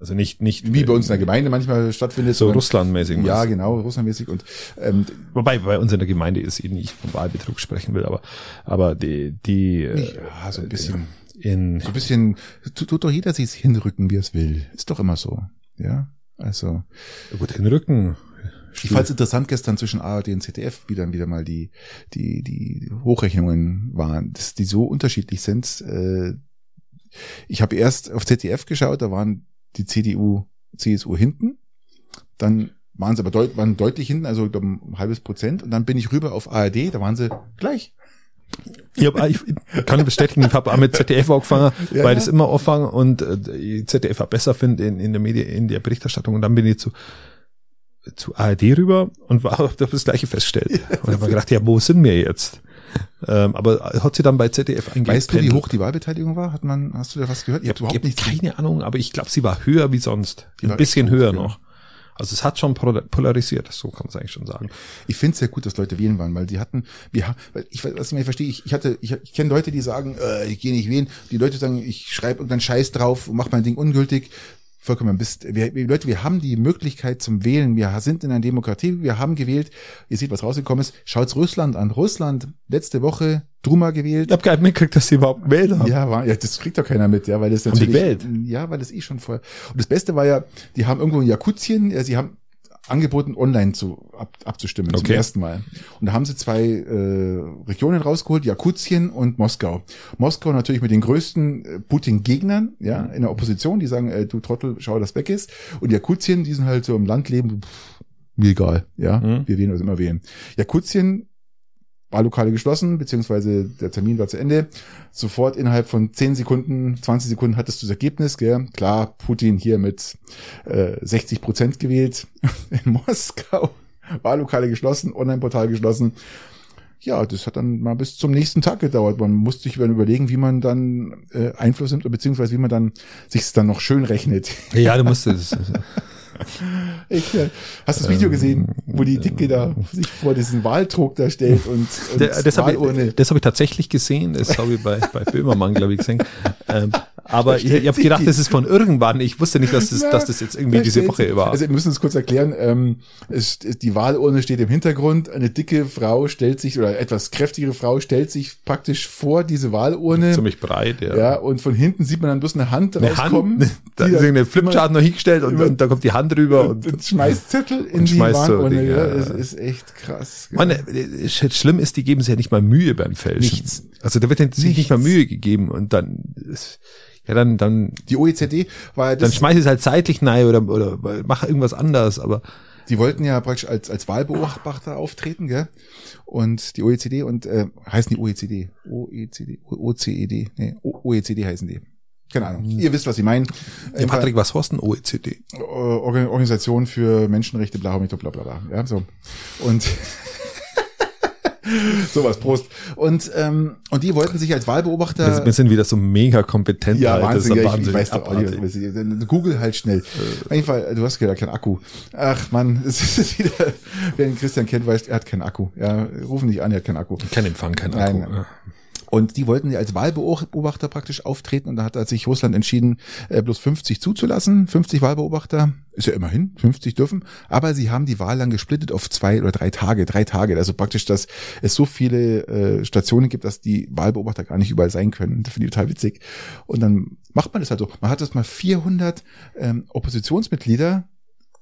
Also nicht, nicht wie bei uns in der Gemeinde manchmal stattfindet. so sondern- russlandmäßig. Ja, meinst du? genau, russlandmäßig und, ähm, Wobei bei uns in der Gemeinde ist eh nicht von Wahlbetrug sprechen will, aber aber die die äh, ja, so ein bisschen, in so ein bisschen, tut, tut doch jeder sich's hinrücken, wie er's will. Ist doch immer so, ja. Also, gut den Rücken ich fand's interessant gestern zwischen ARD und ZDF, wie dann wieder mal die, die, die Hochrechnungen waren, dass die so unterschiedlich sind. Äh, ich habe erst auf ZDF geschaut, da waren die CDU, CSU hinten, dann waren sie aber deut waren deutlich hinten, also glaub, ein halbes Prozent, und dann bin ich rüber auf ARD, da waren sie gleich. Ich, hab, ah, ich kann bestätigen, ich habe auch mit ZDF angefangen, Ja, weil ja. das immer anfangen und äh, ich ZDF auch besser finde in, in der Medien, in der Berichterstattung. Und dann bin ich zu, zu ARD rüber und war hab das Gleiche festgestellt. und habe mir gedacht, ja, wo sind wir jetzt? Ähm, aber hat sie dann bei ZDF eingependelt. Weißt du, wie hoch die Wahlbeteiligung war? Hat man, hast du da was gehört? Ihr Ich habt überhaupt habe nichts. keine Ahnung, aber ich glaube, sie war höher wie sonst. Die Ein war bisschen echt hoch, höher ja. noch. Also es hat schon polar- polarisiert, so kann man es eigentlich schon sagen. Ich finde es sehr gut, dass Leute wählen waren, weil sie hatten, wir, ha- weil ich, was ich mir verstehe, ich, ich hatte, ich, ich kenne Leute, die sagen, äh, ich gehe nicht wählen. Die Leute sagen, ich schreibe irgendeinen Scheiß drauf und mach mein Ding ungültig. vollkommen bist. Wir, wir- Leute, wir haben die Möglichkeit zum Wählen. Wir sind in einer Demokratie. Wir haben gewählt. Ihr seht, was rausgekommen ist. Schaut's Russland an. Russland letzte Woche Duma gewählt. Ich habe gar nicht mitgekriegt, dass sie überhaupt gewählt haben. Ja, war, ja, das kriegt doch keiner mit, ja, weil das Haben die natürlich. Ja, weil das eh schon vorher. Und das Beste war ja, die haben irgendwo in Jakutien, ja, sie haben angeboten, online zu ab, abzustimmen zum Okay. ersten Mal. Und da haben sie zwei äh, Regionen rausgeholt, Jakutien und Moskau. Moskau natürlich mit den größten äh, Putin-Gegnern, ja, Mhm. in der Opposition, die sagen, äh, du Trottel, schau, dass weg ist. Und Jakutien, die sind halt so im Land leben, pff, mir egal, ja, Mhm. wir wählen, was immer wählen. Jakutien Wahllokale geschlossen, beziehungsweise der Termin war zu Ende. Sofort innerhalb von 10 Sekunden, 20 Sekunden hattest du das Ergebnis, gell? Klar, Putin hier mit äh, 60 Prozent gewählt in Moskau. Wahllokale geschlossen, Online-Portal geschlossen. Ja, das hat dann mal bis zum nächsten Tag gedauert. Man musste sich dann überlegen, wie man dann äh, Einfluss nimmt, beziehungsweise wie man dann sich's dann noch schön rechnet. Ja, du musstest. Ich, äh, hast du das Video Ähm, gesehen, wo die Dicke da sich vor diesen Wahltrog da stellt und, und Der- Das habe Wahlurne- ich, das hab ich tatsächlich gesehen. Das habe ich bei, bei Böhmermann, glaube ich, gesehen. Ähm, aber ich, ich habe gedacht, das ist von irgendwann. Ich wusste nicht, dass das, dass das jetzt irgendwie Da diese steht- Woche war. Also wir müssen es kurz erklären. Ähm, es, es, die Wahlurne steht im Hintergrund. Eine dicke Frau stellt sich oder etwas kräftigere Frau stellt sich praktisch vor diese Wahlurne. Ziemlich breit, ja. ja, und von hinten sieht man dann bloß eine Hand Eine rauskommen. Hand, da die ist dann eine Flipchart noch hingestellt und, immer- und da kommt die Hand rüber. und, Und, und schmeißt Zettel in und die schmeißt so Wahlurne. Dinge, ja, ja. das ist echt krass. Mann, äh, sch- schlimm ist, die geben sich ja nicht mal Mühe beim Fälschen. Nichts. Also da wird denen sich nicht Nichts. mal Mühe gegeben und dann, ist- ja, dann, dann, Die OECD war ja dann das, schmeiß ich es halt seitlich nein oder, oder mach irgendwas anders, aber die wollten ja praktisch als, als Wahlbeobachter auftreten, gell? Und die OECD und äh, heißen die OECD. OECD, OCED, E nee, O- OECD heißen die. Keine Ahnung. Ihr wisst, was ich meine. ja, Patrick, was hast du denn E OECD? Äh, Organ Organisation für Menschenrechte, bla, bla, bla, bla, bla. Ja, so. Und sowas, Prost. Und, ähm, und die wollten sich als Wir sind- Wahlbeobater. wir sind wieder so mega kompetent. Äh, Ja, Alter. Wahnsinn, Das ist ja, ja ich, ich wahnsinnig weiß doch auch nicht, abartig. Äh. was ich- dann Google halt schnell. Auf jeden Fall, du hast ja keinen Akku. Ach Mann, es ist wieder, wer den Christian kennt, weiß, er hat keinen Akku. Ja, rufen dich an, er hat keinen Akku. Kein Empfang, kein Akku. Nein, nein. Und die wollten ja als Wahlbeobachter praktisch auftreten und da hat sich Russland entschieden, äh, bloß 50 zuzulassen. 50 Wahlbeobachter, ist ja immerhin, 50 dürfen. Aber sie haben die Wahl dann gesplittet auf zwei oder drei Tage, drei Tage. Also praktisch, dass es so viele äh, Stationen gibt, dass die Wahlbeobachter gar nicht überall sein können. Das finde ich total witzig. Und dann macht man das halt so. Man hat das mal 400 ähm, Oppositionsmitglieder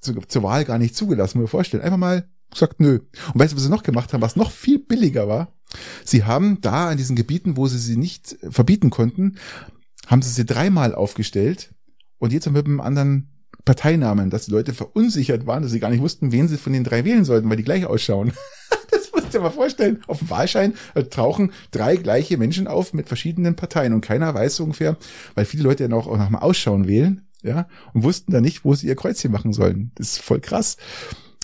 zu, zur Wahl gar nicht zugelassen, muss ich mir vorstellen. Einfach mal gesagt, nö. Und weißt du, was sie noch gemacht haben, was noch viel billiger war? Sie haben da in diesen Gebieten, wo sie sie nicht äh, verbieten konnten, haben sie sie dreimal aufgestellt und jetzt mit einem anderen Parteinamen, dass die Leute verunsichert waren, dass sie gar nicht wussten, wen sie von den drei wählen sollten, weil die gleich ausschauen. Das musst du dir mal vorstellen. Auf dem Wahlschein äh, tauchen drei gleiche Menschen auf mit verschiedenen Parteien und keiner weiß so ungefähr, weil viele Leute ja noch auch nach dem Ausschauen wählen, ja, und wussten dann nicht, wo sie ihr Kreuzchen machen sollen. Das ist voll krass.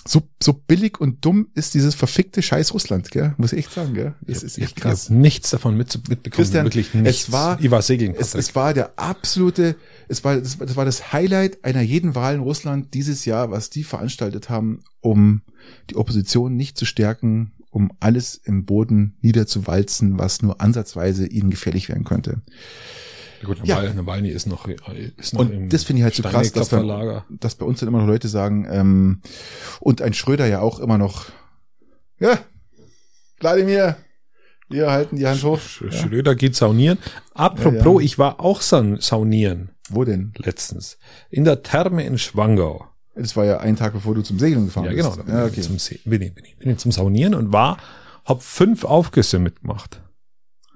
So, so billig und dumm ist dieses verfickte Scheiß Russland, gell? Muss ich echt sagen, gell? Das ist Ich echt hab- krass. Ich habe nichts davon mit, mitbekommen. Christian, wirklich es nichts. war- ich war segeln. Es, Patrick. es war der absolute, es war, das, war- das war das Highlight einer jeden Wahl in Russland dieses Jahr, was die veranstaltet haben, um die Opposition nicht zu stärken, um alles im Boden niederzuwalzen, was nur ansatzweise ihnen gefährlich werden könnte. Ja, Gut, Ja. Nawal- Nawalny ist noch, äh, ist noch Und im das finde ich halt so krass, dass wir, Steineklopferlager. dass bei uns dann immer noch Leute sagen, ähm, und ein Schröder ja auch immer noch, ja, Wladimir, wir halten die Hand hoch. Sch- Ja. Schröder geht saunieren. Apropos, Ja, ja. ich war auch saun- saunieren Wo denn? letztens. In der Therme in Schwangau. Das war ja ein Tag, bevor du zum Segeln gefahren Ja, genau. bist. Da bin, ich zum, Se- bin, ich, bin, ich, bin ich zum Saunieren und war, hab fünf Aufgüsse mitgemacht.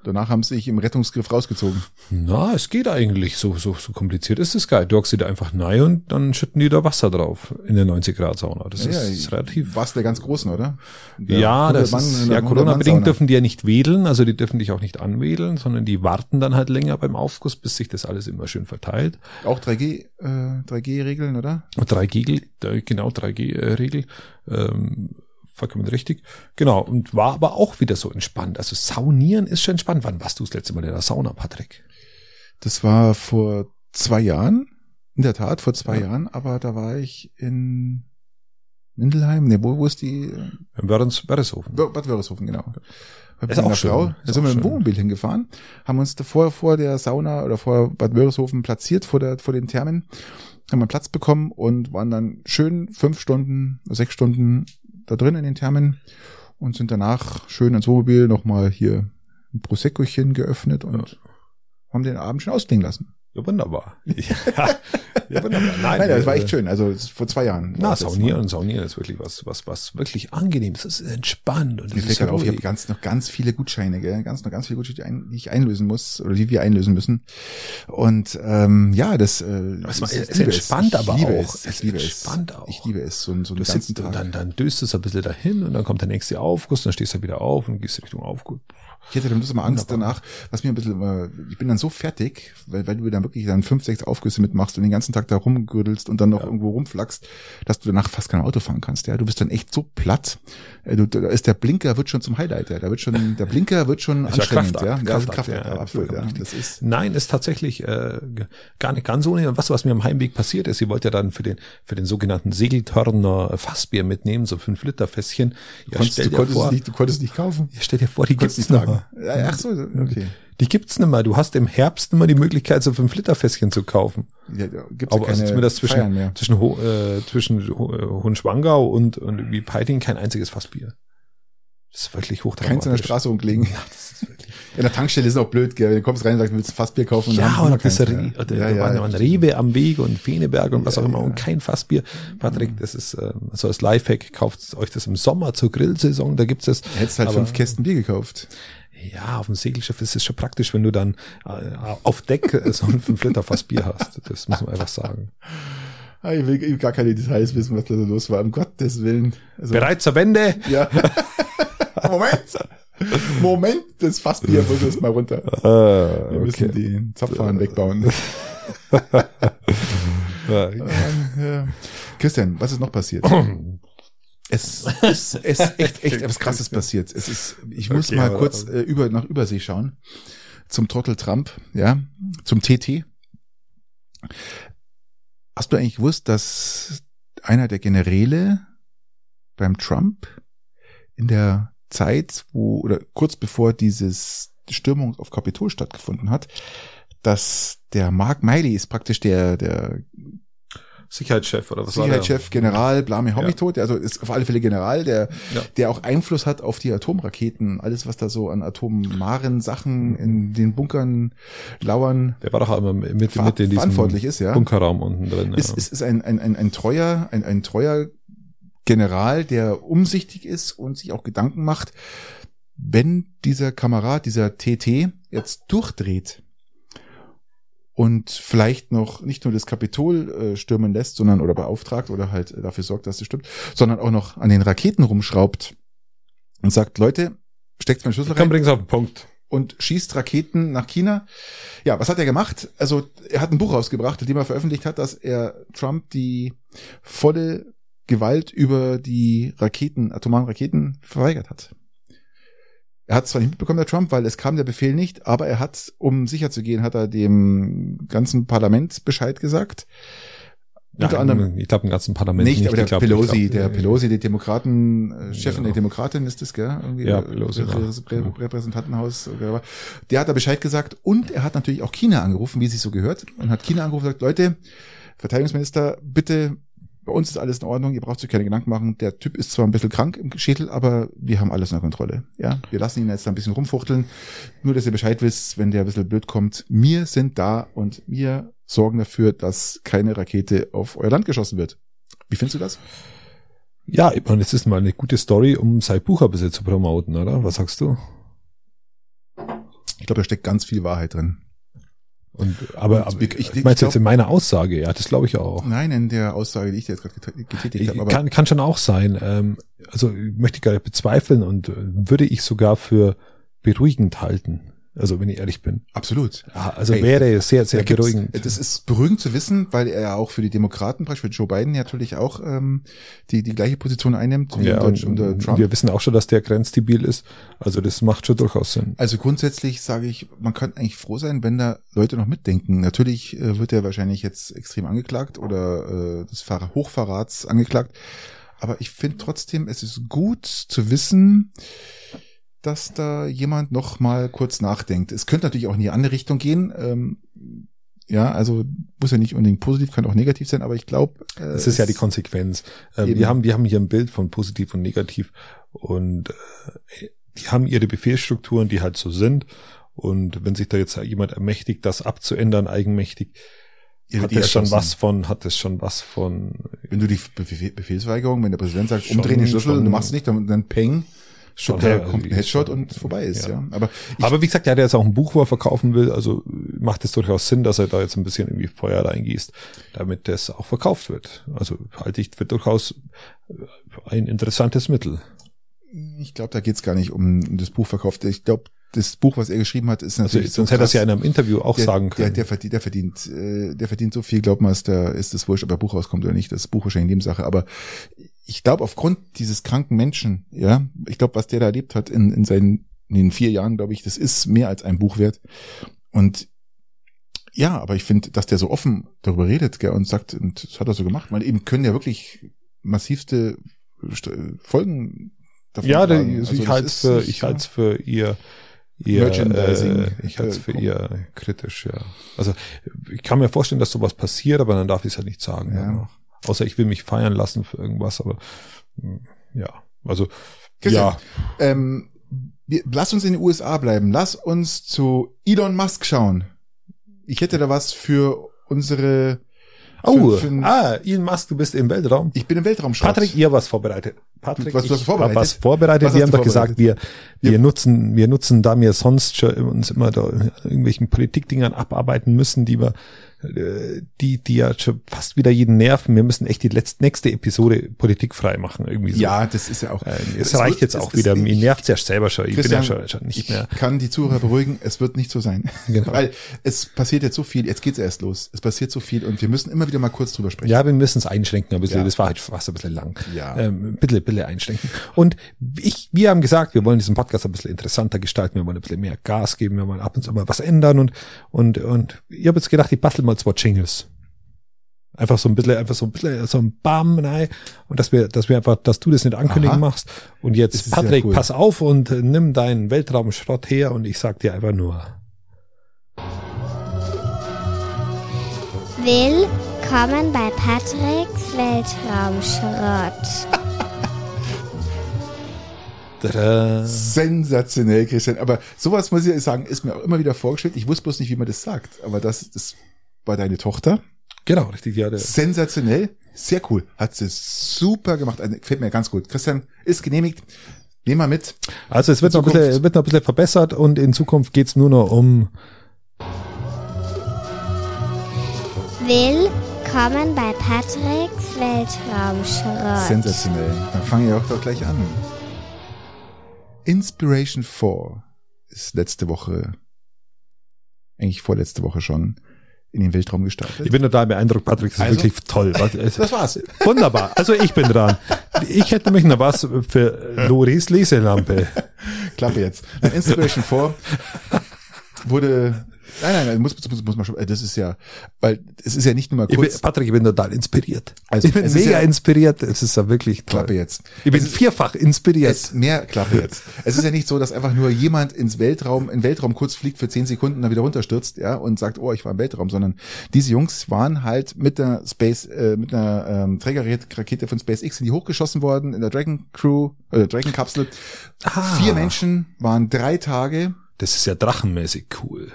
Danach haben sie sich im Rettungsgriff rausgezogen. Na, es geht eigentlich. So, so, so kompliziert ist es gar nicht. Du hockst dir da einfach nein und dann schütten die da Wasser drauf in der 90-Grad-Sauna. Das ist relativ Was der ganz Großen, oder? Der Ja, das 100 ist, Mann- ja, 100 Corona-bedingt Mann-Sauna. dürfen die ja nicht wedeln, also die dürfen dich auch nicht anwedeln, sondern die warten dann halt länger beim Aufguss, bis sich das alles immer schön verteilt. Auch 3G, äh, 3G-Regeln, oder? 3G, äh, genau, 3G-Regel, ähm, vollkommen richtig. Genau, und war aber auch wieder so entspannt. Also saunieren ist schon entspannt. Wann warst du das letzte Mal in der Sauna, Patrick? Das war vor zwei Jahren. In der Tat, vor zwei Ja. Jahren. Aber da war ich in Mindelheim? Ne, wo, wo ist die? In Wörthens, Wörthershofen. Bö- Bad Wörishofen, genau. Bei Ist auch meiner schön. Frau. Ist Da sind wir auch mit dem schön. Wohnmobil hingefahren, haben uns davor vor der Sauna oder vor Bad Wörishofen platziert, vor, der, vor den Thermen, haben einen Platz bekommen und waren dann schön fünf Stunden, sechs Stunden da drin in den Thermen und sind danach schön ins Wohnmobil nochmal hier ein Proseccochen geöffnet und haben den Abend schön ausklingen lassen. Ja, wunderbar. Ja, ja wunderbar. Nein, das war äh, echt schön. Also das ist vor zwei Jahren. war Na, das letzte Mal. Saunieren, Saunieren ist wirklich was, was, was wirklich angenehm ist. Es ist entspannt und Mir es fällt ist halt gerade auf, ich habe ruhig. ganz, noch ganz viele Gutscheine, gell? Ganz, noch ganz viele Gutscheine, die, ein, die ich einlösen muss oder die wir einlösen müssen. Und ähm, ja, das äh, es ich ist liebe entspannt ich aber liebe auch. Es, Es ich liebe entspannt es. auch. Ich liebe es, so, so Du den ganzen sitzt und Tag. dann, dann döst es ein bisschen dahin und dann kommt der nächste Aufguss, dann stehst du halt wieder auf und gehst Richtung Aufguss. Ich hätte dann bloß immer Angst Wunderbar. danach, was mir ein bisschen, äh, ich bin dann so fertig, weil, weil du dann wirklich dann fünf, sechs Aufgüsse mitmachst und den ganzen Tag da rumgürtelst und dann noch Ja. irgendwo rumflackst, dass du danach fast kein Auto fahren kannst, ja. Du bist dann echt so platt. Äh, Du, da ist der Blinker wird schon zum Highlight, ja. Da wird schon, der Blinker wird schon Ist ja anstrengend, ja. Kraftakt, Ja, ist ein Kraftakt, Kraftakt, ja, ja, absolut, ja. vollkommen richtig. Das ist, Nein, ist tatsächlich äh, g- gar nicht ganz ohne. Und was, was mir am Heimweg passiert ist, ich wollte ja dann für den, für den sogenannten Segeltörner Fassbier mitnehmen, so 5 Liter Fässchen. Ja, konntest, stell du, dir konntest vor, es nicht, du konntest es nicht kaufen. ja, stell dir vor, die Konntest gibt's nicht noch sagen. mal. Ja, Ach so, okay. Die gibt's nicht mehr. Du hast im Herbst immer die Möglichkeit, so 5 Liter Fässchen zu kaufen. Ja, da gibt's ja Aber also zumindest Feiern zwischen, mehr. zwischen, Ho- äh, zwischen Ho- äh, Hohenschwangau und, und irgendwie Peiting kein einziges Fassbier. Das ist wirklich hochdramatisch. Keins an der Straße rumgelegen. Ja, das ist wirklich In der Tankstelle ist auch blöd, gell. Du kommst rein und sagst, du willst ein Fassbier kaufen. dann Ja, haben die und immer dann bist du keins, Re ja. oder Ja, da ja, waren, da waren richtig. Rewe am Weg und Feneberg und was Ja, auch immer ja. und kein Fassbier. Patrick, das ist ähm, so als Lifehack, kauft euch das im Sommer zur Grillsaison, da gibt's das. Hättest halt Aber- fünf Kästen Bier gekauft. Ja, auf dem Segelschiff ist es schon praktisch, wenn du dann äh, auf Deck äh, so ein 5 Liter Fassbier hast. Das muss man einfach sagen. Ah, Ich will eben gar keine Details wissen, was da so los war. Um Gottes Willen. Also, Bereit zur Wende? ja. Moment! Moment, das Fassbier muss jetzt mal runter. Äh, Wir müssen okay. den Zapfhahn wegbauen. Ja. Ähm, ja. Christian, was ist noch passiert? Es ist, es ist echt, echt äh, etwas Krasses passiert. Es ist, ich muss Okay, mal aber- ähm, kurz äh, über, nach Übersee schauen. Zum Trottel Trump, ja, zum TT. Hast du eigentlich gewusst, dass einer der Generäle beim Trump in der Zeit, wo, oder kurz bevor dieses Stürmung auf Kapitol stattgefunden hat, dass der Mark Miley ist praktisch der, der Sicherheitschef oder was Sicherheitschef, General, Blame Ja. Hommitote, also ist auf alle Fälle General, der, Ja. der auch Einfluss hat auf die Atomraketen, alles was da so an atomaren Sachen in den Bunkern lauern, war der? Der war doch auch immer mit, ver mit in diesem verantwortlich ist, ja. Bunkerraum unten drin. Ist, ist, ist ein, ein, ein, ein treuer, ein, ein treuer General, der umsichtig ist und sich auch Gedanken macht, wenn dieser Kamerad, dieser TT jetzt durchdreht und vielleicht noch nicht nur das Kapitol äh, stürmen lässt, sondern oder beauftragt oder halt dafür sorgt, dass es stimmt, sondern auch noch an den Raketen rumschraubt und sagt, Leute, steckt meinen Schlüssel rein Komm, bring's auf den Punkt. und schießt Raketen nach China. Ja, was hat er gemacht? Also er hat ein Buch rausgebracht, in dem er veröffentlicht hat, dass er Trump die volle Gewalt über die Raketen, atomaren Raketen verweigert hat. Er hat zwar nicht mitbekommen, der Trump, weil es kam der Befehl nicht, aber er hat, um sicher zu gehen, hat er dem ganzen Parlament Bescheid gesagt. Unter Nein, anderem- ich glaube, im ganzen Parlament Nicht, aber der Ich glaub, Pelosi, ich der glaub, Pelosi, der Demokraten, äh, Chefin Ja. der Demokratin ist das, gell? Irgendwie Ja, äh, Pelosi, Re- ja. Re- Re- Repräsentantenhaus, oder was. der hat da Bescheid gesagt und er hat natürlich auch China angerufen, wie es sich so gehört, und hat China angerufen und gesagt, Leute, Verteidigungsminister, bitte, bei uns ist alles in Ordnung, ihr braucht euch keine Gedanken machen, der Typ ist zwar ein bisschen krank im Schädel, aber wir haben alles unter Kontrolle, ja? Wir lassen ihn jetzt da ein bisschen rumfuchteln, nur dass ihr Bescheid wisst, wenn der ein bisschen blöd kommt, wir sind da und wir sorgen dafür, dass keine Rakete auf euer Land geschossen wird. Wie findest du das? Ja, ich meine, es ist mal eine gute Story, um sein Buch ein bisschen zu promoten, oder? Was sagst du? Ich glaube, da steckt ganz viel Wahrheit drin. Und, aber, Und aber ich- ich, ich- ich meinst du glaub- jetzt in meiner Aussage? Ja, das glaube ich auch. Nein, in der Aussage, die ich dir jetzt gerade gete- getätigt habe, aber kann, kann schon auch sein. Ähm, also möchte ich gar nicht bezweifeln und äh, würde ich sogar für beruhigend halten. Also wenn ich ehrlich bin. absolut. Ah, Also Hey, wäre sehr, sehr Da gibt's- beruhigend. Das ist beruhigend zu wissen, weil er ja auch für die Demokraten, beispielsweise Joe Biden, ja natürlich auch ähm, die, die gleiche Position einnimmt wie ja, unter, und, unter und Trump. wir wissen auch schon, dass der grenzdebil ist. Also das macht schon durchaus Sinn. Also grundsätzlich sage ich, man kann eigentlich froh sein, wenn da Leute noch mitdenken. Natürlich äh, wird er wahrscheinlich jetzt extrem angeklagt oder äh, des Ver Hochverrats angeklagt. Aber ich finde trotzdem, es ist gut zu wissen, dass da jemand noch mal kurz nachdenkt. Es könnte natürlich auch in die andere Richtung gehen. Ähm, ja, also muss ja nicht unbedingt positiv, kann auch negativ sein, aber ich glaube, äh, Das ist ja die Konsequenz. Äh, Eben. wir, haben, wir haben hier ein Bild von positiv und negativ und äh, die haben ihre Befehlsstrukturen, die halt so sind. Und wenn sich da jetzt jemand ermächtigt, das abzuändern, eigenmächtig, ihr hat werdet es schon erschossen. was von, hat es schon was von, Wenn du die Befehl, Befehlsweigerung, wenn der Präsident sagt, Schon- umdrehen den Schlüssel, schon- du machst nicht, dann, dann peng, Schon, schon, äh, ja, kommt ein irgendwie Headshot schon. und vorbei ist, Ja. ja. Aber ich, aber wie gesagt, der hat jetzt auch ein Buch, wo er verkaufen will, also äh, macht es durchaus Sinn, dass er da jetzt ein bisschen irgendwie Feuer reingießt, damit das auch verkauft wird. Also halte ich für durchaus äh, ein interessantes Mittel. ich glaube, da geht's gar nicht um das Buch verkauft. Ich glaube, das Buch, was er geschrieben hat, ist Also natürlich. sonst hätte er es ja in krass. einem Interview auch der, sagen können. Der, der verdient, der verdient, äh, der verdient so viel, glaubt man, ist der, ist es wurscht, ob er Buch rauskommt oder nicht. Das ist Buch wahrscheinlich Nebensache. Aber ich glaube, aufgrund dieses kranken Menschen, ja, ich glaube, was der da erlebt hat in, in seinen, in den vier Jahren, glaube ich, das ist mehr als ein Buch wert. Und ja, aber ich finde, dass der so offen darüber redet, gell, und sagt, und das hat er so gemacht. Man eben können ja wirklich massivste St- Folgen davon ja, der, tragen. also Also ich das halte es ist für, nicht, ich ja. halt's für ihr, ihr Merchandising, Äh, ich halte es äh, für kom- ihr kritisch, ja. Also ich kann mir vorstellen, dass sowas passiert, aber dann darf ich es halt nicht sagen. Ja. danach. Außer ich will mich feiern lassen für irgendwas, aber mh, ja. Also Christian, ja, Ähm, wir, lass uns in den USA bleiben. Lass uns zu Elon Musk schauen. Ich hätte da was für unsere. Oh, für- für- ah, Elon Musk, du bist im Weltraum. Ich bin im Weltraum Patrick, ihr was vorbereitet. Patrick, Was- was hast du ich vorbereitet? hab was vorbereitet. Was wir hast haben du doch gesagt, wir, wir nutzen, wir nutzen, da wir sonst schon uns immer da in irgendwelchen Politikdingern abarbeiten müssen, die wir, äh, die, die ja schon fast wieder jeden nerven. Wir müssen echt die letzte, nächste Episode politikfrei machen, irgendwie so. Ja, das ist ja auch. Ähm, es Es wird- reicht jetzt es auch ist wieder. nicht- Mir nervt's ja selber schon. Ich Christian, bin ja schon, schon nicht ich mehr. kann die Zuhörer beruhigen, es wird nicht so sein. Genau. Weil es passiert jetzt so viel, jetzt geht's erst los. Es passiert so viel und wir müssen immer wieder mal kurz drüber sprechen. Ja, wir müssen es einschränken ein bisschen. Ja. Das war halt fast ein bisschen lang. Ja. Ähm, bitte, bitte einschränken. Und ich, wir haben gesagt, wir wollen diesen Podcast ein bisschen interessanter gestalten. Wir wollen ein bisschen mehr Gas geben. Wir wollen ab und zu mal was ändern. Und, und, und ich habe jetzt gedacht, ich bastel mal zwei Jingles. Einfach so ein bisschen, einfach so ein bisschen, so ein Bam, nein. Und dass wir, dass wir einfach, dass du das nicht ankündigen Aha. machst. Und Das jetzt, ist ja Patrick, cool. pass auf und äh, nimm deinen Weltraumschrott her. Und ich sag dir einfach nur. Willkommen bei Patricks Weltraumschrott. Tada. Sensationell, Christian. Aber sowas muss ich sagen, ist mir auch immer wieder vorgestellt. Ich wusste bloß nicht, wie man das sagt. Aber das, das war deine Tochter. Genau, richtig. Ja, der, Sensationell, sehr cool. Hat sie super gemacht. Also, Gefällt mir ganz gut. Christian ist genehmigt. Nehmen wir mit. Also es wird In noch, ein bisschen, Zukunft. wird noch ein bisschen verbessert und in Zukunft geht's nur noch um Willkommen bei Patricks Weltraumschrott. Sensationell. Dann fangen wir auch doch gleich an. Inspiration 4 ist letzte Woche, eigentlich vorletzte Woche schon, in den Weltraum Ich gestartet. bin total beeindruckt, Patrick. Das ist Also? wirklich toll. Was, es, Das war's. wunderbar. Also ich bin dran. Ich hätte nämlich noch was für Loris Leselampe. Klappe jetzt. Nein, Inspiration 4 wurde. Nein, nein, nein, muss, muss, muss man schon. äh, Das ist ja, weil es ist ja nicht nur mal Ich bin, kurz. Patrick, ich bin total inspiriert. Also, ich bin es ist mega ja- inspiriert. Es ist ja wirklich toll. Klappe jetzt. Ich bin vierfach inspiriert. Jetzt mehr Klappe jetzt. Es ist ja nicht so, dass einfach nur jemand ins Weltraum, in den Weltraum kurz fliegt für zehn Sekunden, dann wieder runterstürzt, ja, und sagt, oh, ich war im Weltraum, sondern diese Jungs waren halt mit einer Space, äh, mit einer ähm, Trägerrakete von SpaceX sind die hochgeschossen worden in der Dragon Crew, äh, Dragon Kapsel. Ah. Vier Menschen waren drei Tage, das ist ja drachenmäßig cool.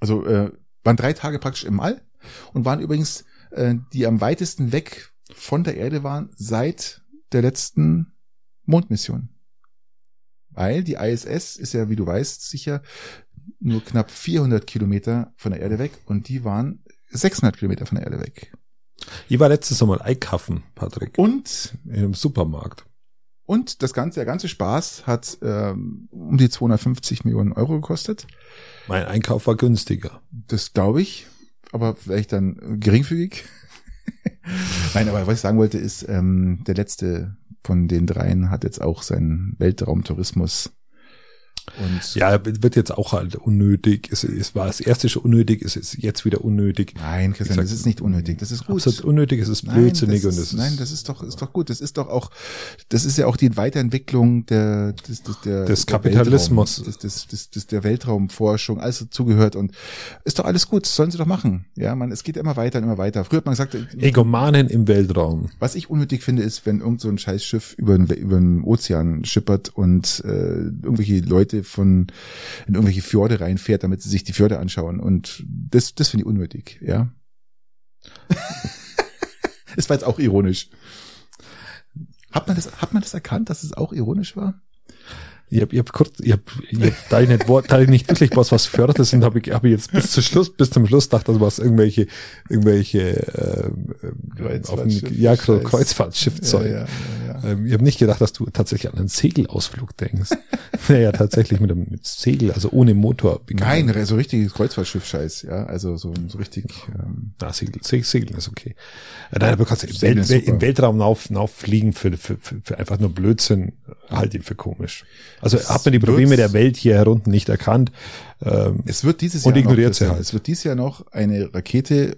also äh, waren drei Tage praktisch im All und waren übrigens äh, die am weitesten weg von der Erde waren seit der letzten Mondmission. Weil die ISS ist ja, wie du weißt, sicher nur knapp 400 Kilometer von der Erde weg und die waren 600 Kilometer von der Erde weg. Ich war letztes Sommer einkaufen, Patrick. Und Im Supermarkt. und das ganze der ganze Spaß hat ähm, um die 250 Millionen Euro gekostet. Mein Einkauf war günstiger. Das glaube ich, aber vielleicht dann geringfügig. Nein, aber was ich sagen wollte, ist, ähm, der letzte von den dreien hat jetzt auch seinen Weltraumtourismus Und Ja, wird jetzt auch halt unnötig. Es, es war das erste schon unnötig, es ist jetzt wieder unnötig. nein, Christian, Ich sag- das ist nicht unnötig. Das ist gut. Absolut unnötig, es ist Nein, das blödsinnig ist, und es ist, nein, das ist doch, ist doch gut. Das ist doch auch, das ist ja auch die Weiterentwicklung der, des, des, der, Des der Kapitalismus. Weltraum, des, des, des, des, der Weltraumforschung, alles dazugehört und ist doch alles gut. Das sollen sie doch machen. Ja, man, es geht immer weiter und immer weiter. Früher hat man gesagt, Egomanen im Weltraum. was ich unnötig finde, ist, wenn irgend so ein scheiß Schiff über den, über den Ozean schippert und äh, irgendwelche Leute von in irgendwelche Fjorde reinfährt, damit sie sich die Fjorde anschauen. Und das, das finde ich unnötig, ja. Es war jetzt auch ironisch. Hat man, das, hat man das erkannt, dass es auch ironisch war? Ich habe hab kurz, ich habe hab da nicht, Wort- da nicht wirklich was, was Fördertes sind, habe ich, hab ich jetzt bis zum Schluss, bis zum Schluss gedacht, dass was irgendwelche, irgendwelche ähm, ähm, auf Kreuzfahrtschiff. ein- ja, Kre- Scheiß. Kreuzfahrtschiffzeug. ja, ja, ja. Ähm, ich habe nicht gedacht, dass du tatsächlich an einen Segelausflug denkst. naja, tatsächlich mit einem mit Segel, also ohne Motor. Nein, so richtiges Kreuzfahrtschiff-Scheiß, ja. Also so, so richtig. Ähm, Na, Segel, Se- Segeln ist okay. Äh, Nein, aber kannst du im, Segeln Welt, ist super. im Weltraum auf, auffliegen für, für, für, für einfach nur Blödsinn, halte ich für komisch. Also Das hat man die wird's- Probleme der Welt hier herunten nicht erkannt. Ähm, Es wird dieses Und Jahr ignoriert noch, sie halt. Es wird dieses Jahr noch eine Rakete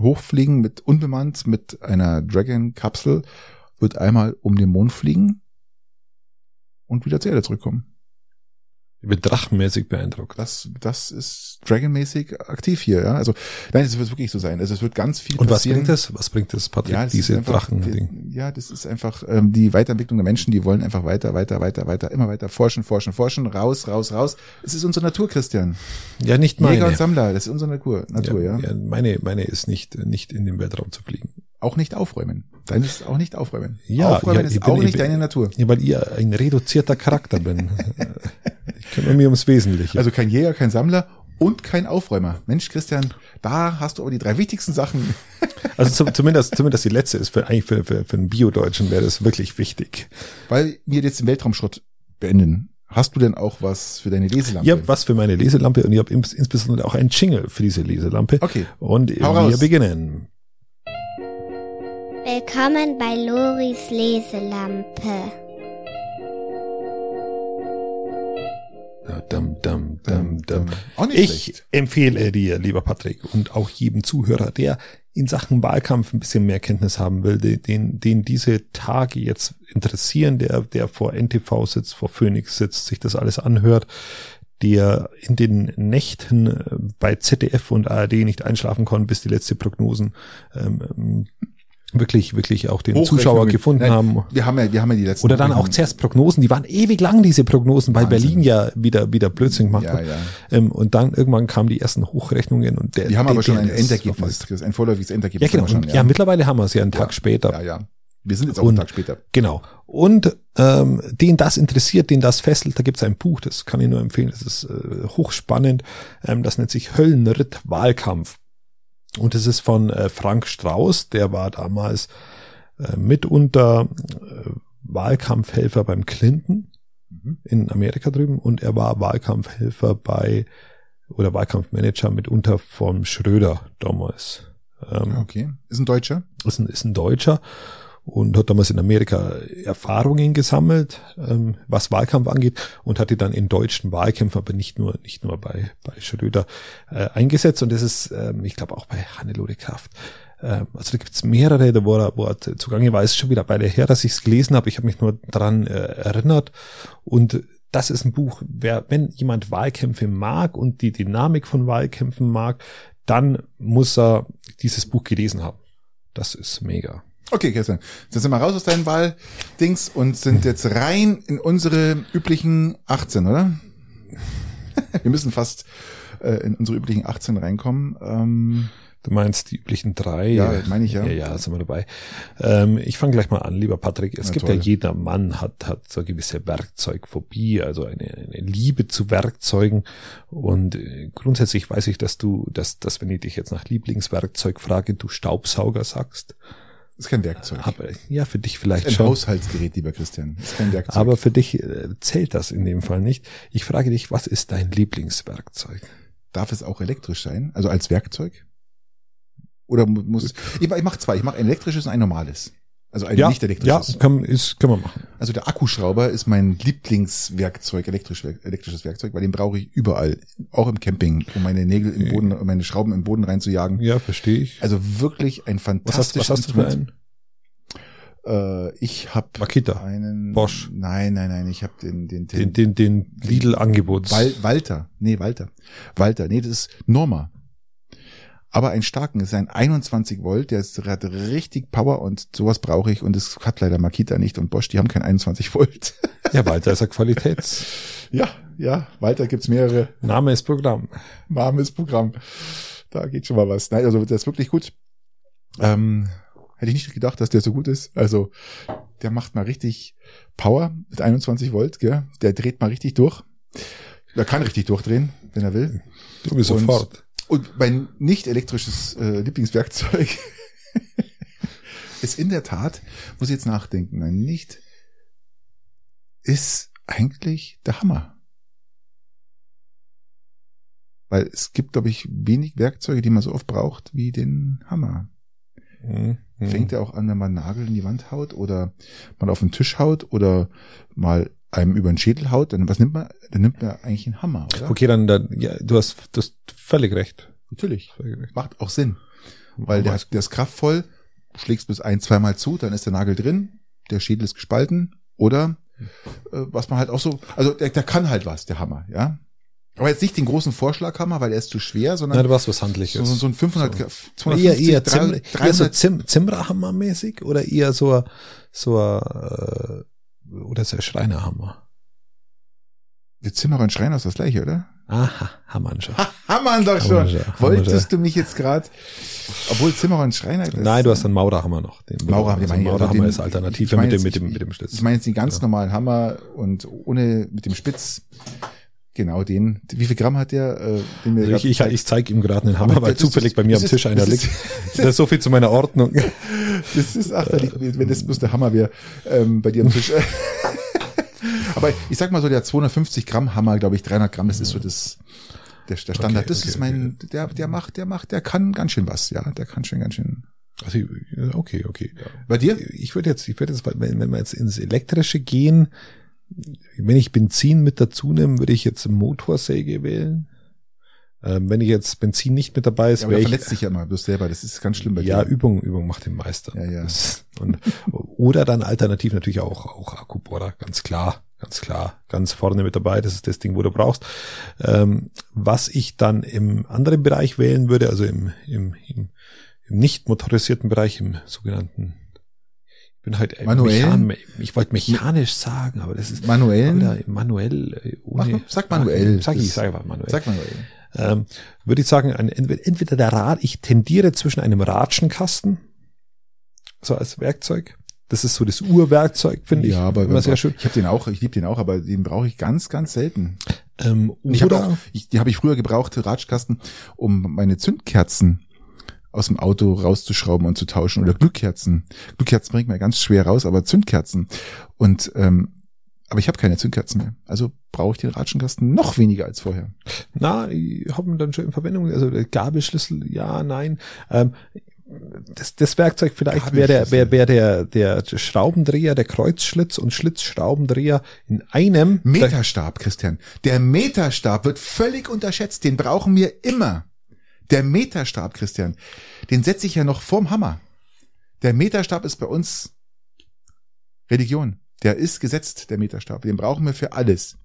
hochfliegen mit unbemannt mit einer Dragon Kapsel wird einmal um den Mond fliegen und wieder zur Erde zurückkommen. ich bin drachenmäßig beeindruckt. Das das ist Dragon-mäßig aktiv hier, ja? Also nein, es wird wirklich so sein. Also es wird ganz viel Und was passieren. bringt das? Was bringt das, Patrick, Ja, das diese ist einfach, Drachen-Ding? die- ja, das ist einfach ähm, die Weiterentwicklung der Menschen, die wollen einfach weiter, weiter, weiter, weiter, immer weiter forschen, forschen, forschen, raus, raus, raus. Es ist unsere Natur, Christian. Ja, nicht Jäger meine. und Sammler, das ist unsere Natur, Natur ja. ja. Meine, meine ist nicht, nicht in den Weltraum zu fliegen. auch nicht aufräumen. Dein ist auch nicht aufräumen. Ja, aufräumen ja, ich ist bin- auch ich nicht bin- deine Natur. Ja, weil ihr ein reduzierter Charakter bin. ich kümmere mich ums Wesentliche. Also kein Jäger, kein Sammler und kein Aufräumer. Mensch, Christian, da hast du aber die drei wichtigsten Sachen. Also zum, zumindest, zumindest die letzte ist für, eigentlich für, für, für einen Bio-Deutschen wäre das wirklich wichtig. Weil wir jetzt den Weltraumschrott beenden. Hast du denn auch was für deine Leselampe? Ihr habt was für meine Leselampe und ihr habt ins- insbesondere auch einen Jingle für diese Leselampe. Okay. Und Hau wir raus. beginnen. Willkommen bei Loris Leselampe. Dum, dum, dum, dum. Auch nicht Ähm, Ich schlecht. empfehle dir, lieber Patrick, und auch jedem Zuhörer, der in Sachen Wahlkampf ein bisschen mehr Kenntnis haben will, den- den, den diese Tage jetzt interessieren, der, der vor NTV sitzt, vor Phoenix sitzt, sich das alles anhört, der in den Nächten äh, bei ZDF und ARD nicht einschlafen konnte, bis die letzte Prognosen ähm, ähm, wirklich, wirklich auch den Hochrechnungen. Zuschauer gefunden Nein, haben. Wir haben ja, wir haben ja die letzten. Oder dann auch zuerst Prognosen, die waren ewig lang, diese Prognosen, weil Wahnsinn. Berlin ja wieder, wieder Blödsinn gemacht Ja, hat. ja. Ähm, und dann irgendwann kamen die ersten Hochrechnungen und der, Wir haben aber der, schon der ein ist Endergebnis, verfolgt. Chris, ein vorläufiges Endergebnis. Ja, genau. haben wir Und, ja. mittlerweile haben wir es ja einen Tag später. ja, ja. Wir sind jetzt auch Und- einen Tag später. Genau. Und ähm, den das interessiert, den das fesselt, da gibt's ein Buch, das kann ich nur empfehlen, das ist äh, hochspannend. Ähm, das nennt sich Höllenritt Wahlkampf. Und das ist von äh, Frank Strauß, der war damals äh, mitunter äh, Wahlkampfhelfer beim Clinton Mhm. in Amerika drüben und er war Wahlkampfhelfer bei oder Wahlkampfmanager mitunter vom Schröder damals. Ähm, Okay. Ist ein Deutscher. ist ein, ist ein Deutscher und hat damals in Amerika Erfahrungen gesammelt, ähm, was Wahlkampf angeht und hat die dann in deutschen Wahlkämpfen, aber nicht nur nicht nur bei bei Schröder äh, eingesetzt und das ist, ähm, ich glaube auch bei Hannelore Kraft. Ähm, also da gibt's mehrere, da wo er, wo er zugange war, ist schon wieder bei der her, dass ich's gelesen habe. Ich habe mich nur dran äh, erinnert und das ist ein Buch, wer, wenn jemand Wahlkämpfe mag und die Dynamik von Wahlkämpfen mag, dann muss er dieses Buch gelesen haben. Das ist mega. Okay, Christian. Jetzt sind wir raus aus deinen Wahldings und sind jetzt rein in unsere üblichen 18, oder? Wir müssen fast äh, in unsere üblichen 18 reinkommen. Ähm, Du meinst die üblichen drei? Ja, das meine ich, ja. Ja, ja, sind wir dabei. Ähm, ich fange gleich mal an, lieber Patrick. Es Na gibt toll. ja jeder Mann hat, hat so eine gewisse Werkzeugphobie, also eine, eine Liebe zu Werkzeugen. Und äh, grundsätzlich weiß ich, dass du, dass, dass wenn ich dich jetzt nach Lieblingswerkzeug frage, du Staubsauger sagst. ist kein Werkzeug. Aber ja, für dich vielleicht Ein schon. Haushaltsgerät, lieber Christian. Ist kein Werkzeug. Aber für dich äh, zählt das in dem Fall nicht. Ich frage dich, was ist dein Lieblingswerkzeug? Darf es auch elektrisch sein? Also als Werkzeug? Oder mu- muss ich, ich mache zwei. Ich mache ein elektrisches und ein normales. Also ein nicht Äh. ja elektrisches. kann, ist, kann man machen. Also der Akkuschrauber ist mein Lieblingswerkzeug, elektrisch, elektrisches Werkzeug, weil den brauche ich überall, auch im Camping, um meine Nägel im Boden, Äh. um meine Schrauben im Boden reinzujagen. Ja, verstehe ich. Also wirklich ein Was hast, fantastisches was hast du für Instrument. einen? Äh, ich habe Makita. einen Bosch. Nein, nein, nein, ich habe den den Den, den, den Lidl-Angebots. Wal Walter. Nee, Walter. Walter, nee, das ist Norma. Aber einen starken, das ist ein 21 Volt, der ist, der hat richtig Power und sowas brauche ich und das hat leider Makita nicht und Bosch, die haben kein 21 Volt. Ja, Walter ist ein Qualitäts. ja, ja, Walter gibt's mehrere. Name ist Programm. warmes Programm. Da geht schon mal was. Nein, also der ist wirklich gut. Ähm, hätte ich nicht gedacht, dass der so gut ist. Also der macht mal richtig Power mit 21 Volt, gell? Der dreht mal richtig durch. Er kann richtig durchdrehen, wenn er will. Du bist Und- sofort. Und mein nicht elektrisches äh, Lieblingswerkzeug ist in der Tat, muss ich jetzt nachdenken, mein nicht ist eigentlich der Hammer. Weil es gibt, glaube ich, wenig Werkzeuge, die man so oft braucht, wie den Hammer. Mhm. Fängt ja auch an, wenn man einen Nagel in die Wand haut oder mal auf den Tisch haut oder mal einem über den Schädel haut, dann was nimmt man? Dann nimmt man eigentlich einen Hammer, oder? Okay, dann, dann ja, du hast das völlig recht. natürlich. Völlig recht. Macht auch Sinn. Oh Weil der, der ist kraftvoll, schlägst bis ein, zweimal zu, dann ist der Nagel drin, der Schädel ist gespalten oder äh, was man halt auch so, also der, der kann halt was, der Hammer, ja. Aber jetzt nicht den großen Vorschlaghammer, weil der ist zu schwer, Nein, sondern du warst was Handliches. so, so ein 500, so. 250, eher, eher, 300, Zimmer, eher so 300 Zim, Zimmererhammer-mäßig oder eher so ein, so ein, äh, oder so ein Schreinerhammer? der Zimmerer und Schreiner ist das gleiche, oder? Aha, Hammernschaft. Ha, Hammern doch Hammernschaft, schon. Hammernschaft. Wolltest du mich jetzt gerade, obwohl Zimmerer halt und Schreiner das- Nein, du hast einen Maurerhammer noch. Den Maurer, den meine ich, also Maurerhammer den- ist ich Alternative meine mit dem, jetzt- mit dem, ich- mit dem Schlitz. Ich meine jetzt den ganz Ja. normalen Hammer und ohne mit dem Spitz. Genau den. Wie viel Gramm hat der? Äh, den wir also ich, ich, grad- ich zeige ihm gerade einen Aber Hammer, weil das ist- zufällig bei mir das am ist- Tisch einer das ist- liegt. Das ist so viel zu meiner Ordnung. Das ist Äh, achterlich, wenn das bloß der Hammer wäre ähm, bei dir am Tisch. Aber ich sag mal so, der 250 Gramm Hammer, glaube ich, 300 Gramm, das ist so das der, der Standard. Okay, das okay, ist mein, der, der macht, der macht, der kann ganz schön was, ja, der kann schon ganz schön. Also, okay, okay. Bei dir? Ich würde jetzt, ich würde jetzt, wenn, wenn wir jetzt ins Elektrische gehen, wenn ich Benzin mit dazu nehme, würde ich jetzt Motorsäge wählen. Ähm, wenn ich jetzt Benzin nicht mit dabei ist, ja, Ja, aber wäre der ich verletzt sich ja immer bloß selber. Das ist ganz schlimm bei Ja, dir. Übung, Übung macht den Meister. Ja, ja. Das, und, oder dann alternativ natürlich auch, auch Akkubohrer, ganz klar, ganz klar, ganz vorne mit dabei, das ist das Ding, wo du brauchst. Ähm, was ich dann im anderen Bereich wählen würde, also im, im, im, im nicht motorisierten Bereich, im sogenannten, ich bin halt ein Manuellen? Mechan, ich wollte mechanisch sagen, aber das ist Manuellen. oder manuell, äh, Mach ohne, mal, sag manuell. Sag ich, Das- sag einfach manuell Sag mal. Ey. ähm, würde ich sagen, ein, entweder, entweder der Rad, ich tendiere zwischen einem Ratschenkasten, so als Werkzeug. Das ist so das Urwerkzeug, finde ich. ja, aber immer sehr schön. Ich habe den auch, ich liebe den auch, aber den brauche ich ganz, ganz selten. Ähm, Und Ich hab oder, auch, ich, die habe ich früher gebraucht, Ratschkasten, um meine Zündkerzen aus dem Auto rauszuschrauben und zu tauschen oder Glühkerzen. Glühkerzen bringt man ganz schwer raus, aber Zündkerzen. Und ähm, aber ich habe keine Zündkerzen mehr. Also brauche ich den Ratschenkasten noch weniger als vorher. na, ich habe ihn dann schon in Verwendung, also der Gabelschlüssel, ja, nein. Ähm, das, das Werkzeug vielleicht wäre der, wär, wär der, der Schraubendreher, der Kreuzschlitz und Schlitzschraubendreher in einem. Meterstab, Christian. Der Meterstab wird völlig unterschätzt. Den brauchen wir immer. Der Meterstab, Christian. Den setze ich ja noch vorm Hammer. Der Meterstab ist bei uns Religion. Der ist gesetzt, der Meterstab. Den brauchen wir für alles.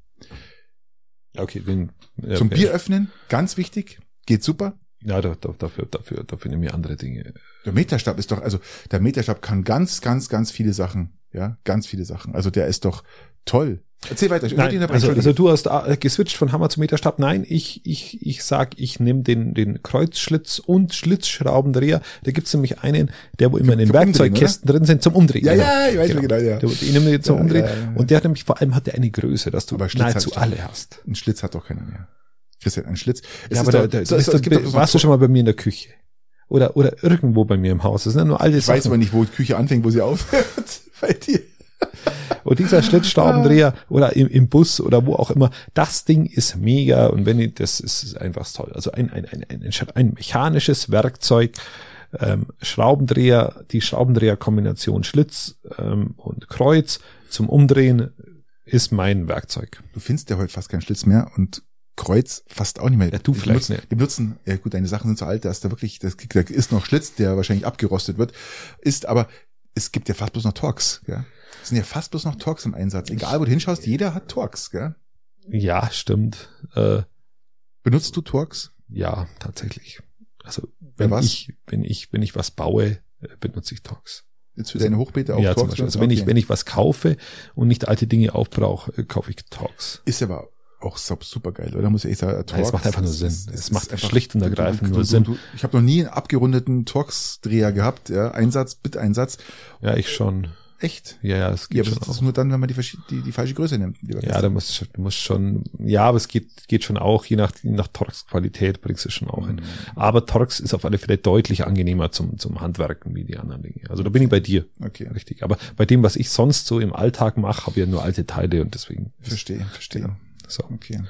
Okay, den, ja, Zum ja. Bier öffnen, ganz wichtig. Geht super. Ja, da, da, dafür, dafür, dafür nehme ich andere Dinge. Der Meterstab ist doch, also der Meterstab kann ganz, ganz, ganz viele Sachen. Ja, ganz viele Sachen. Also der ist doch toll. Erzähl weiter. Ich wollte ihn Nein, dabei- also, Entschuldige. also du hast äh, geswitcht von Hammer zu Meterstab. Nein, ich, ich, ich sag, ich nehme den, den Kreuzschlitz und Schlitzschraubendreher. Da gibt's nämlich einen, der wo immer in den Zum Umdrehen, Werkzeugkästen drin sind, zum Umdrehen. ja, ja, ich weiß genau. genau. genau, ja. Der, ich nehme den zum Ja, Umdrehen. ja, ja, ja. Und der hat nämlich, vor allem hat der eine Größe, dass du Aber Schlitz hab nahezu ich doch. alle hast. Ein Schlitz hat doch keiner mehr. Christian, ein Schlitz. Es ja, ist aber doch- da, da, so- bist so- du- es gibt doch genau so- warst du schon mal bei mir in der Küche. Oder, oder irgendwo bei mir im Haus. Das sind ja nur alte Ich weiß Sachen. aber nicht, wo die Küche anfängt, wo sie aufhört. Bei dir. Und dieser Schlitzschraubendreher oder im, im Bus oder wo auch immer, das Ding ist mega und wenn ihr, das ist einfach toll. Also ein, ein, ein, ein, ein mechanisches Werkzeug, ähm, Schraubendreher, die Schraubendreher-Kombination Schlitz ähm, und Kreuz zum Umdrehen ist mein Werkzeug. Du findest ja heute fast keinen Schlitz mehr und Kreuz fast auch nicht mehr. Ja, du Die vielleicht benutzen, nicht. Die benutzen, ja gut, deine Sachen sind so alt, da ist da wirklich, das, da ist noch Schlitz, der wahrscheinlich abgerostet wird, ist aber, es gibt ja fast bloß noch Torx, ja. Es sind ja fast bloß noch Torx im Einsatz. Egal, wo du hinschaust, jeder hat Torx, gell? Ja, stimmt. Äh, Benutzt du Torx? ja, tatsächlich. Also wenn was? ich wenn ich wenn ich was baue, äh, benutze ich Talks. Jetzt für deine Hochbeete auch ja, zum Torx? Beispiel. benutzen? Also wenn ich Okay. wenn ich was kaufe und nicht alte Dinge aufbrauche, äh, kaufe ich Talks. Ist aber auch super geil, oder? Muss ich echt sagen, Nein, es macht einfach nur ist- Sinn. ist- Es ist macht schlicht und du- du- ergreifend du- nur du- Sinn. du- Ich habe noch nie einen abgerundeten Torx-Dreher gehabt, ja. Einsatz, Bit-Einsatz. Ja, ich schon. Echt? Ja, ja, es Ja, geht aber schon das ist auch. nur dann, wenn man die, verschied- die, die falsche Größe nimmt. lieber Ja, Christian. da musst du musst schon. Ja, aber es geht geht schon auch je nach je nach Torx Qualität bringst du schon auch hin. Aber Torx ist auf alle Fälle deutlich angenehmer zum zum Handwerken wie die anderen Dinge. Also da bin ich bei dir. Okay, Richtig. Aber bei dem, was ich sonst so im Alltag mache, habe ich ja nur alte Teile und deswegen. verstehe, verstehe. Genau. So, Okay.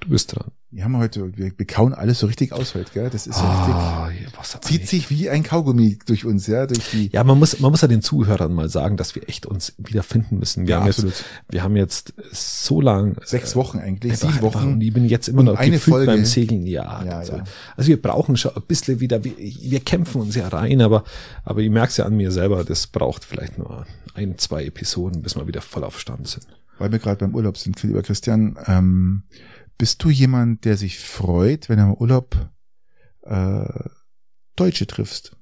du bist dran. Wir haben heute, wir bekauen alles so richtig aus heute, gell? Das ist so Ah, ja, was richtig. Zieht sich wie ein Kaugummi durch uns, ja, durch die. Ja, man muss, man muss ja den Zuhörern mal sagen, dass wir echt uns wiederfinden müssen. Wir, Ja, haben, jetzt, wir haben jetzt so lang. Sechs äh, Wochen eigentlich, einfach- sieben Wochen. Und ich bin jetzt immer Und noch eine gefühlt Folge. beim Segeln. Ja, Ja, also, ja. also wir brauchen schon ein bisschen wieder, wir, wir kämpfen uns ja rein, aber, aber ich merke es ja an mir selber, das braucht vielleicht nur ein, zwei Episoden, bis wir wieder voll auf Stand sind. weil wir gerade beim Urlaub sind, lieber Christian, ähm, bist du jemand, der sich freut, wenn er im Urlaub äh, Deutsche triffst?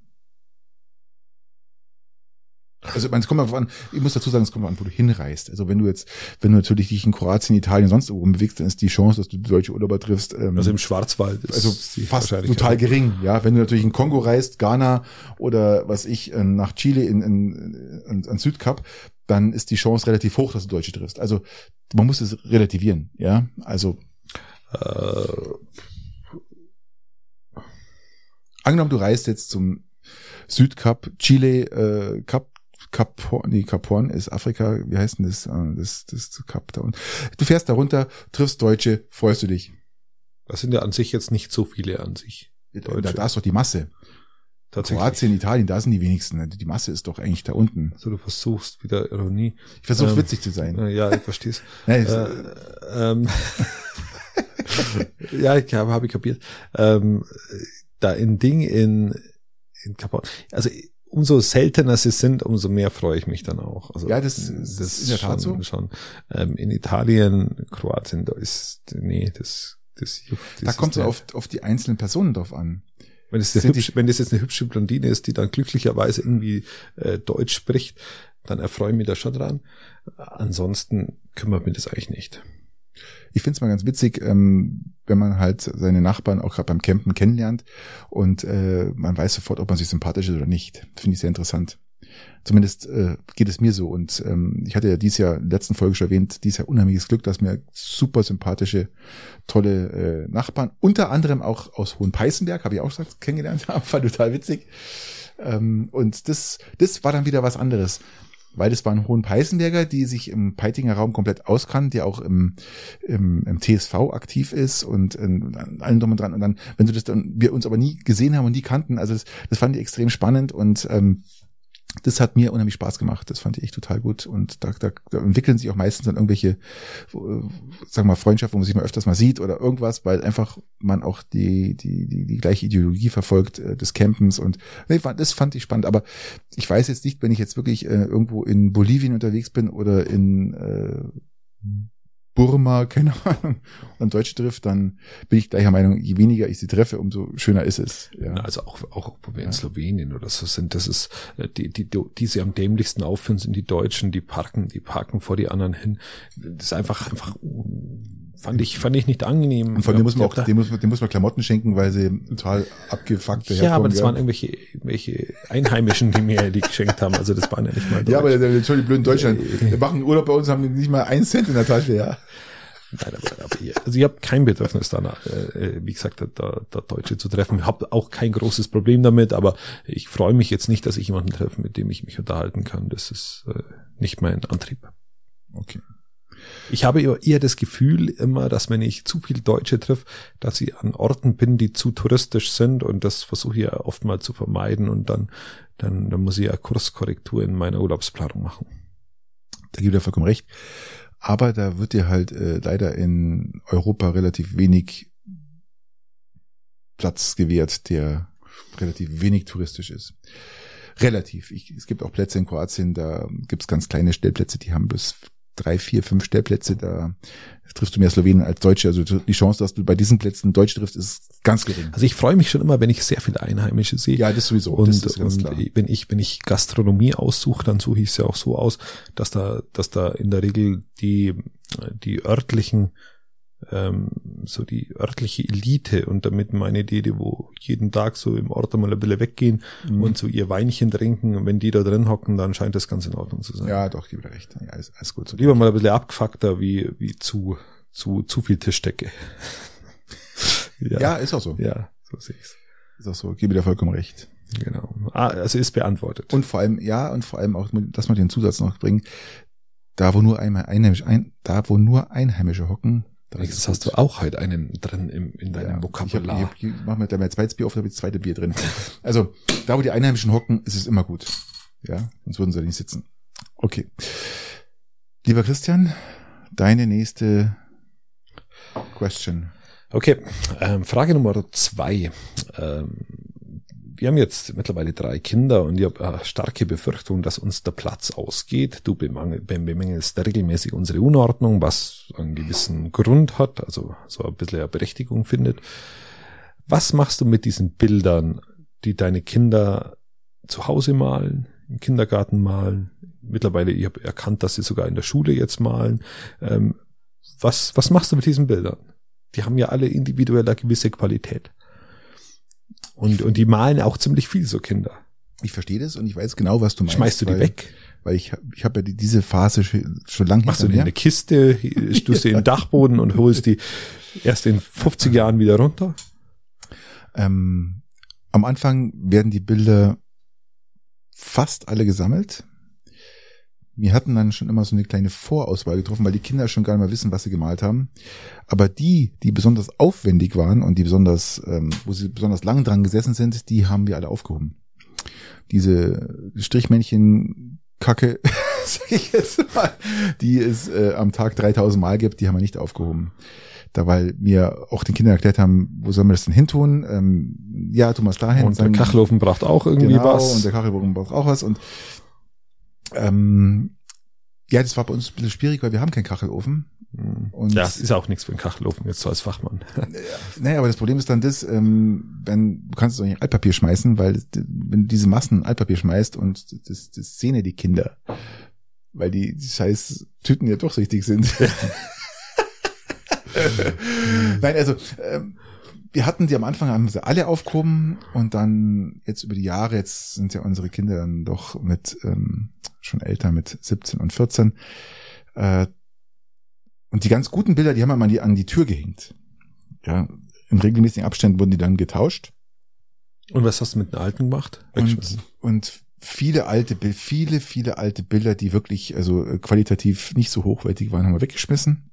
Also man, es kommt darauf an, ich muss dazu sagen, es kommt darauf an, wo du hinreist. Also wenn du jetzt, wenn du natürlich dich in Kroatien, Italien, sonst irgendwo bewegst, dann ist die Chance, dass du deutsche Urlauber triffst, ähm, Also im Schwarzwald ist also die fast Wahrscheinlichkeit- total gering. Ja, wenn du natürlich in Kongo reist, Ghana oder was ich ähm, nach Chile in, in, in, an Südkap, dann ist die Chance relativ hoch, dass du Deutsche triffst. Also man muss es relativieren. Ja, also Äh, angenommen, du reist jetzt zum Südkap, Chile, äh, Kap, Kap Horn, nee, Kap Horn ist Afrika, wie heißt denn das? Äh, Das, das Kap da unten. Du fährst da runter, triffst Deutsche, freust du dich. das sind ja an sich jetzt nicht so viele an sich. Deutsche. Da, da ist doch die Masse. Tatsächlich. Kroatien, Italien, da sind die wenigsten. Die Masse ist doch eigentlich da unten. Also du versuchst wieder Ironie. Ich versuche Ähm, witzig zu sein. Äh, Ja, ich verstehe es. Nein, äh, es- ähm, ja, ich habe hab ich kapiert. Ähm, da in Ding in, in Kapau. Also umso seltener sie sind, umso mehr freue ich mich dann auch. Also, Ja, das ist in der Tat schon, so. schon. Ähm, in Italien, Kroatien, da ist nee, das das, juckt, das Da ist kommt es nicht. auf, auf die einzelnen Personen drauf an. Wenn das, eine Sind die- hübsche, wenn das jetzt eine hübsche Blondine ist, die dann glücklicherweise irgendwie äh, Deutsch spricht, dann erfreue ich mich da schon dran. Ansonsten kümmert mich das eigentlich nicht. Ich find's mal ganz witzig, ähm, wenn man halt seine Nachbarn auch gerade beim Campen kennenlernt und äh, man weiß sofort, ob man sich sympathisch ist oder nicht. Finde ich sehr interessant. Zumindest äh, geht es mir so. Und ähm, ich hatte ja dieses Jahr, in der letzten Folge schon erwähnt, dieses Jahr unheimliches Glück, dass mir super sympathische, tolle äh, Nachbarn, unter anderem auch aus Hohenpeißenberg, habe ich auch gesagt, kennengelernt haben, war total witzig. Ähm, und das, das war dann wieder was anderes. Weil das waren Hohenpeißenberger, die sich im Peitinger Raum komplett auskannten, die auch im, im, im TSV aktiv ist und in, an allem drum und dran. Und dann, wenn du das dann, wir uns aber nie gesehen haben und nie kannten, also das, das fand ich extrem spannend und ähm, das hat mir unheimlich Spaß gemacht. Das fand ich echt total gut. Und da, da, da entwickeln sich auch meistens dann irgendwelche, äh, sagen wir mal, Freundschaften, wo man sich mal öfters mal sieht oder irgendwas, weil einfach man auch die, die, die, die gleiche Ideologie verfolgt äh, des Campens. Und nee, fand- das fand ich spannend. Aber ich weiß jetzt nicht, wenn ich jetzt wirklich äh, irgendwo in Bolivien unterwegs bin oder in äh, Burma, keine Ahnung, und Deutsche trifft, dann bin ich gleicher Meinung, je weniger ich sie treffe, umso schöner ist es. Na, Ja. Also auch, auch wo wir in Slowenien oder so sind, das ist, äh, die, die, die, die sie am dämlichsten aufführen, sind die Deutschen, die parken, die parken vor die anderen hin. Das ist einfach, einfach, uh, fand ich, fand ich nicht angenehm. Und von dem muss man auch, Ja, dem muss man, dem muss man Klamotten schenken, weil sie total abgefuckt ja, aber das gell? waren irgendwelche, irgendwelche Einheimischen, die mir die geschenkt haben. Also das waren ja nicht mal ja, aber Deutsche. der- der- schon die blöden Deutschland. Wir machen Urlaub bei uns, haben nicht mal einen Cent in der Tasche, ja. Nein, aber, aber ihr- also ich habe kein Bedürfnis danach, äh, wie gesagt, da, da, da Deutsche zu treffen. Ich habe auch kein großes Problem damit, aber ich freue mich jetzt nicht, dass ich jemanden treffe, mit dem ich mich unterhalten kann. Das ist äh, nicht mein Antrieb. Okay. Ich habe eher- eher das Gefühl immer, dass wenn ich zu viel Deutsche triff, dass ich an Orten bin, die zu touristisch sind und das versuche ich ja oft mal zu vermeiden und dann, dann, dann muss ich ja Kurskorrektur in meiner Urlaubsplanung machen. Da gibt er vollkommen recht. Aber da wird dir halt äh, leider in Europa relativ wenig Platz gewährt, der relativ wenig touristisch ist. Relativ. Ich, es gibt auch Plätze in Kroatien, da gibt es ganz kleine Stellplätze, die haben bis drei, vier, fünf Stellplätze. Da triffst du mehr Slowenen als Deutsche. Also die Chance, dass du bei diesen Plätzen Deutsch triffst, ist ganz gering. Also ich freue mich schon immer, wenn ich sehr viele Einheimische sehe. Ja, das sowieso. Und, das ist ganz und e- klar. wenn ich wenn ich Gastronomie aussuche, dann suche ich es ja auch so aus, dass da dass da in der Regel die die örtlichen ähm, so die örtliche Elite und damit meine die, die wo jeden Tag so im Ort einmal ein bisschen weggehen und so ihr Weinchen trinken und wenn die da drin hocken, dann scheint das ganz in Ordnung zu sein. ja, doch, gebe dir recht. Ja, ist, alles gut. So Lieber mal ein bisschen abgefuckter wie wie zu zu zu viel Tischdecke. ja. ist auch so. ja, so sehe ich's. Ist auch so. Gebe dir vollkommen recht. Genau. Ah, also ist beantwortet. Und vor allem, ja, und vor allem auch, dass man den Zusatz noch bringt, da wo nur einmal Einheimisch, ein, da wo nur Einheimische hocken, da Jetzt hast du auch halt einen drin im, in deinem Vokabular. Ich, hab, ich, hab- ich mach mir gleich mein zweites Bier auf, da habe ich das zweite Bier drin. Also, da wo die Einheimischen hocken, ist es immer gut. Ja, sonst würden sie nicht sitzen. Okay. Lieber Christian, deine nächste Question. Okay, ähm, Frage Nummer zwei. Ähm, wir haben jetzt mittlerweile drei Kinder und ich habe eine starke Befürchtung, dass uns der Platz ausgeht. Du bemangel- bem- bemängelst regelmäßig unsere Unordnung, was einen gewissen Grund hat, also so ein bisschen eine Berechtigung findet. Was machst du mit diesen Bildern, die deine Kinder zu Hause malen, im Kindergarten malen? Mittlerweile, ich habe erkannt, dass sie sogar in der Schule jetzt malen. Ähm, was, was machst du mit diesen Bildern? die haben ja alle individuell eine gewisse Qualität. Und, und die malen auch ziemlich viel, so Kinder. Ich verstehe das und ich weiß genau, was du meinst. Schmeißt du die weil, weg? Weil ich, hab- ich habe ja die, diese Phase schon, schon lange Machst du hinter die in mir. eine Kiste, stößt sie in den Dachboden und holst die erst in 50 Jahren wieder runter? Ähm, am Anfang werden die Bilder fast alle gesammelt. Wir hatten dann schon immer so eine kleine Vorauswahl getroffen, weil die Kinder schon gar nicht mehr wissen, was sie gemalt haben. Aber die, die besonders aufwendig waren und die besonders, ähm, wo sie besonders lang dran gesessen sind, die haben wir alle aufgehoben. Diese Strichmännchen-Kacke, sag ich jetzt mal, die es äh, am Tag 3000 Mal gibt, die haben wir nicht aufgehoben da weil mir auch den Kindern erklärt haben, wo sollen wir das denn hintun? Ähm, ja, Thomas dahin. Und der dann- Kachelofen braucht auch irgendwie genau, was. Und der Kachelbogen braucht auch was. Und ähm, ja, das war bei uns ein bisschen schwierig, weil wir haben keinen Kachelofen. Hm. und- ja, das ist auch nichts für einen Kachelofen, jetzt so als Fachmann. Naja, aber das Problem ist dann das, ähm, wenn du kannst es doch nicht in Altpapier schmeißen, weil das- wenn du diese Massen in Altpapier schmeißt und das, das sehen ja die Kinder. Weil die, die scheiß Tüten ja doch richtig sind. Nein, also ähm, wir hatten die am Anfang, haben sie alle aufgehoben und dann jetzt über die Jahre, jetzt sind ja unsere Kinder dann doch mit ähm, schon älter, mit 17 und 14. Äh, und die ganz guten Bilder, die haben wir mal an die, an die Tür gehängt. Ja, in regelmäßigen Abständen wurden die dann getauscht. Und was hast du mit den Alten gemacht? Und, Wegschmissen. und viele alte, Bil- viele, viele alte Bilder, die wirklich also äh, qualitativ nicht so hochwertig waren, haben wir weggeschmissen.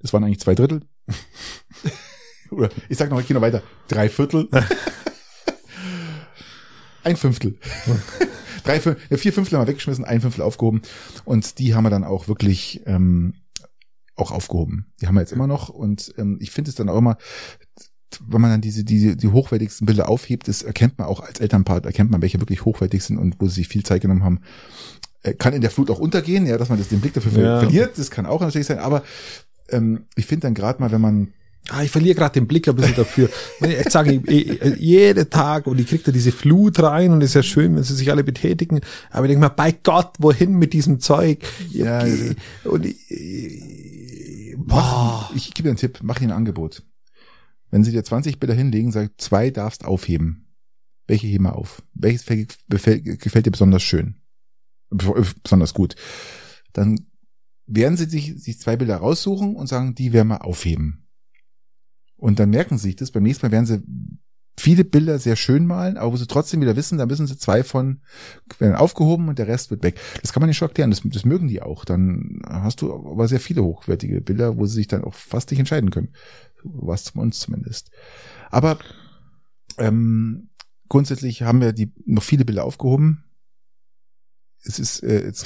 Das waren eigentlich zwei Drittel. Oder ich sag noch, ich gehe noch weiter. Drei Viertel. ein Fünftel. Drei, Fün- ja, vier Fünftel haben wir weggeschmissen, ein Fünftel aufgehoben. Und die haben wir dann auch wirklich ähm, auch aufgehoben. Die haben wir jetzt immer noch. Und ähm, ich finde es dann auch immer, wenn man dann diese, diese, die hochwertigsten Bilder aufhebt, das erkennt man auch als Elternpart, erkennt man, welche wirklich hochwertig sind und wo sie sich viel Zeit genommen haben. Äh, Kann in der Flut auch untergehen, ja, dass man das den Blick dafür ver- Ja. verliert. Das kann auch natürlich sein, aber ähm, ich finde dann gerade mal, wenn man Ah, ich verliere gerade den Blick ein bisschen dafür. Wenn Ich sage, ich- ich- jeden Tag und ich kriege da diese Flut rein und es ist ja schön, wenn sie sich alle betätigen. Aber ich denke mal, bei Gott, wohin mit diesem Zeug? Ja, Ich- und ich, boah. Mach, ich gebe dir einen Tipp, mach dir ein Angebot. Wenn sie dir 20 Bilder hinlegen, sag, zwei darfst aufheben. Welche heben wir auf? Welches gefällt, gefällt, gefällt dir besonders schön? Bef- Besonders gut. Dann werden sie sich, sich zwei Bilder raussuchen und sagen, die werden wir aufheben. Und dann merken sie sich das. Beim nächsten Mal werden sie viele Bilder sehr schön malen, aber wo sie trotzdem wieder wissen, da müssen sie zwei von werden aufgehoben und der Rest wird weg. Das kann man nicht schon erklären, das, das mögen die auch. Dann hast du aber sehr viele hochwertige Bilder, wo sie sich dann auch fast nicht entscheiden können. Was von uns zumindest. Aber ähm, grundsätzlich haben wir die noch viele Bilder aufgehoben. Es ist, äh, es,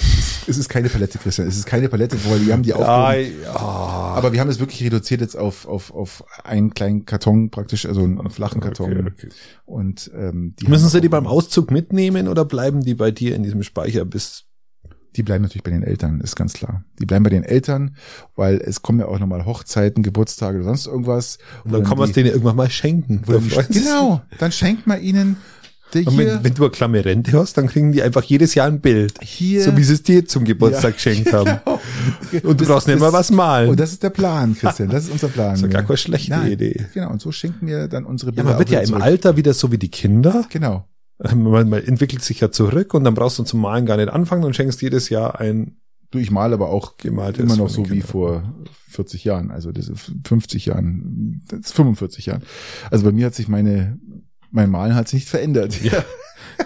es ist keine Palette, Christian. Es ist keine Palette, weil wir haben die aufgehoben. Ah, aber Aber wir haben es wirklich reduziert jetzt auf, auf, auf einen kleinen Karton praktisch, also einen, einen flachen Karton. Und ähm, die Müssen haben sie die auch- beim Auszug mitnehmen oder bleiben die bei dir in diesem Speicher bis Die bleiben natürlich bei den Eltern, ist ganz klar. Die bleiben bei den Eltern, weil es kommen ja auch nochmal Hochzeiten, Geburtstage oder sonst irgendwas. und dann Wo kann man es die- denen irgendwann mal schenken. wo dann- Genau, dann schenkt man ihnen der Und hier, wenn, wenn du eine klamme Rente hast, dann kriegen die einfach jedes Jahr ein Bild. hier. So wie sie es dir zum Geburtstag geschenkt haben. Und du Oh. Das- brauchst nicht mal das- was malen. Und das ist der Plan, Christian. Das ist unser Plan. Das ist ja gar keine schlechte Nein, Idee. Genau, und so schenken wir dann unsere ja, Bilder. man wird auch wieder ja im zurück. Alter wieder so wie die Kinder. Genau. Man, man entwickelt sich ja zurück und dann brauchst du zum Malen gar nicht anfangen und schenkst jedes Jahr ein Du, ich male aber auch gemaltes. immer noch von so den wie Kindern. vor 40 Jahren, also das ist 50 Jahren, das ist 45 Jahren. Also bei mir hat sich meine, mein Malen hat sich nicht verändert. Ja.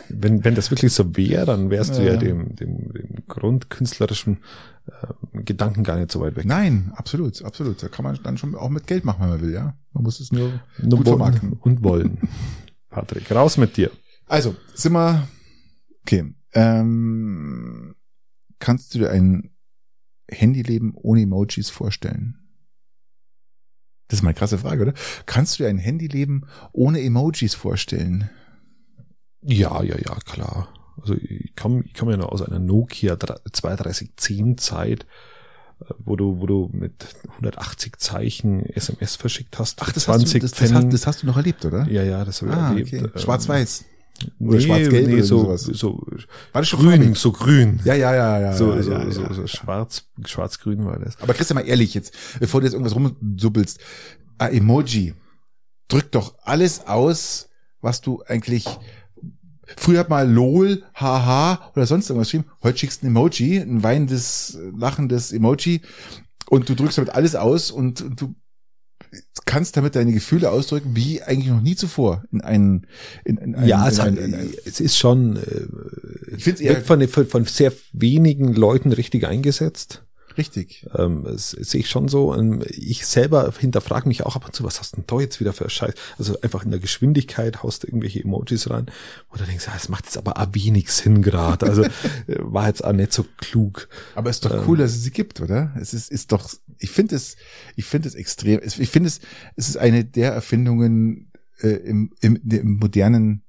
Wenn, wenn das wirklich so wäre, dann wärst du Ja. ja dem, dem, dem grundkünstlerischen äh, Gedanken gar nicht so weit weg. Nein, absolut, absolut. Da kann man dann schon auch mit Geld machen, wenn man will, ja. Man muss es nur. Nur gut vermarkten. wollen und wollen. Patrick, raus mit dir. Also, sind wir, okay, ähm, kannst du dir ein Handyleben ohne Emojis vorstellen? Das ist mal eine krasse Frage, oder? Kannst du dir ein Handyleben ohne Emojis vorstellen? Ja, ja, ja, klar. Also ich komme ich komm ja noch aus einer Nokia 3210 Zeit, äh, wo du, wo du mit 180 Zeichen SMS verschickt hast. Ach, das, das, hast, das hast du noch erlebt, oder? Ja, ja, das habe ich Ah, erlebt. okay. Ähm, Schwarz-Weiß. Nee, Oder schwarz-gelb nee, oder so, sowas. so War das schon grün, farbig? so grün. Ja, ja, ja, ja. so, ja, so, ja, ja. so, so schwarz, schwarz-grün war das. Aber Christian, mal ehrlich jetzt, bevor du jetzt irgendwas rumsuppelst, ein Emoji drückt doch alles aus, was du eigentlich früher hat mal LOL, haha oder sonst irgendwas geschrieben. Heute schickst du ein Emoji, ein weinendes, lachendes Emoji und du drückst damit alles aus und, und du kannst damit deine Gefühle ausdrücken, wie eigentlich noch nie zuvor in einen in, in einen, ja, es, in hat, einen, in einen, es ist schon, äh, Ich find's eher- wird von, von, von sehr wenigen Leuten richtig eingesetzt. richtig. Ähm, das sehe ich schon so. Ähm, ich selber hinterfrage mich auch ab und zu, was hast denn da jetzt wieder für Scheiß? Also einfach in der Geschwindigkeit haust du irgendwelche Emojis rein, wo du denkst, ja, das macht jetzt aber auch wenig Sinn gerade. Also äh, war jetzt auch nicht so klug. Aber ist doch cool, dass es sie gibt, oder? Es ist, ist doch, ich finde es, ich finde es extrem, es- ich finde es, es ist eine der Erfindungen äh, im, im, im modernen,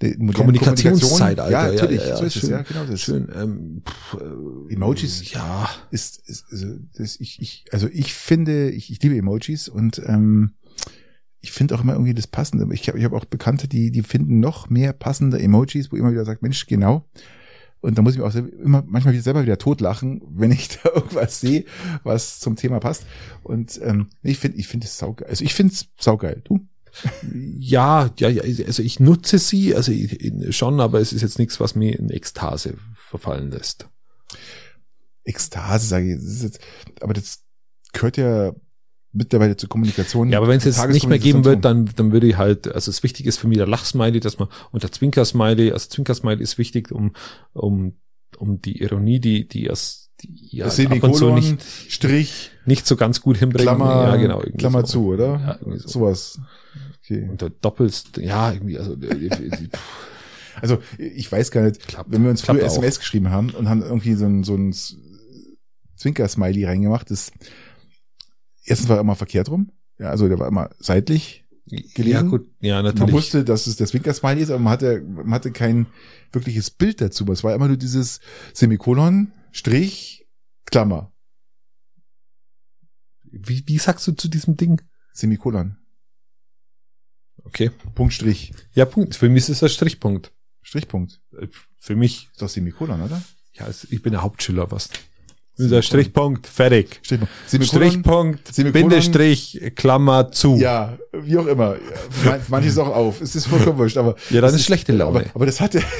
der modernen Kommunikationszeitalter, Ja, ja, natürlich, ja, ja, so ist es, schön, ja, genau das. Schön. Ähm, pff, äh, Emojis? Ja. Ist, ist, also, das, ich, ich, also ich finde, ich, ich liebe Emojis und ähm, ich finde auch immer irgendwie das Passende. Ich habe ich hab auch Bekannte, die, die finden noch mehr passende Emojis, wo ich immer wieder sagt, Mensch, genau. Und da muss ich mich auch sel- immer manchmal wieder- selber wieder totlachen, wenn ich da irgendwas sehe, was zum Thema passt. Und ähm, ich finde, ich finde es saugeil. Also ich finde es saugeil. Du? Ja, ja, ja, also ich nutze sie, also ich, ich- schon, aber es ist jetzt nichts, was mir in Ekstase verfallen lässt. Ekstase, sage ich. Das ist jetzt, aber das gehört ja mittlerweile zur Kommunikation. Ja, aber wenn es zur jetzt nicht mehr geben Tageskommunikation. wird, dann, dann würde ich halt, also es wichtig ist für mich der Lachsmiley, dass man unter Zwinkersmiley, also Zwinkersmiley ist wichtig, um, um, um die Ironie, die, die erst, die ja Das ab und zu Semikolon, nicht, Strich, nicht so ganz gut hinbringen. Klammer, ja, genau, irgendwie Klammer so. zu, oder? Ja, irgendwie so. Sowas. Okay. Und der doppelst, ja, irgendwie, also, äh, äh, Also ich weiß gar nicht, Klappt- wenn wir uns klappt früher auch. SMS geschrieben haben und haben irgendwie so ein, so ein S- Zwinker-Smiley reingemacht, das erstens war er immer verkehrt rum. Ja, also der war immer seitlich. ja, Gelegen? gut, ja, Man natürlich. wusste, dass es der Zwinker-Smiley ist, aber man hatte, man hatte kein wirkliches Bild dazu. Es war immer nur dieses Semikolon, Strich, Klammer, wie, wie sagst du zu diesem Ding? Semikolon, Okay. Punkt, Strich, Ja, Punkt. Für mich ist das Strichpunkt. Strichpunkt. Für mich, Ist doch Semikolon, oder? ja, es- ich bin der Hauptschüler, was? Der Strichpunkt, fertig. Strichpunkt. Strichpunkt, Semikolon. Bindestrich, Klammer zu. Ja, wie auch immer. Man- Manches auch auf. Es ist vollkommen wurscht, aber. Ja, dann es ist schlechte Laune. Aber, aber das hatte.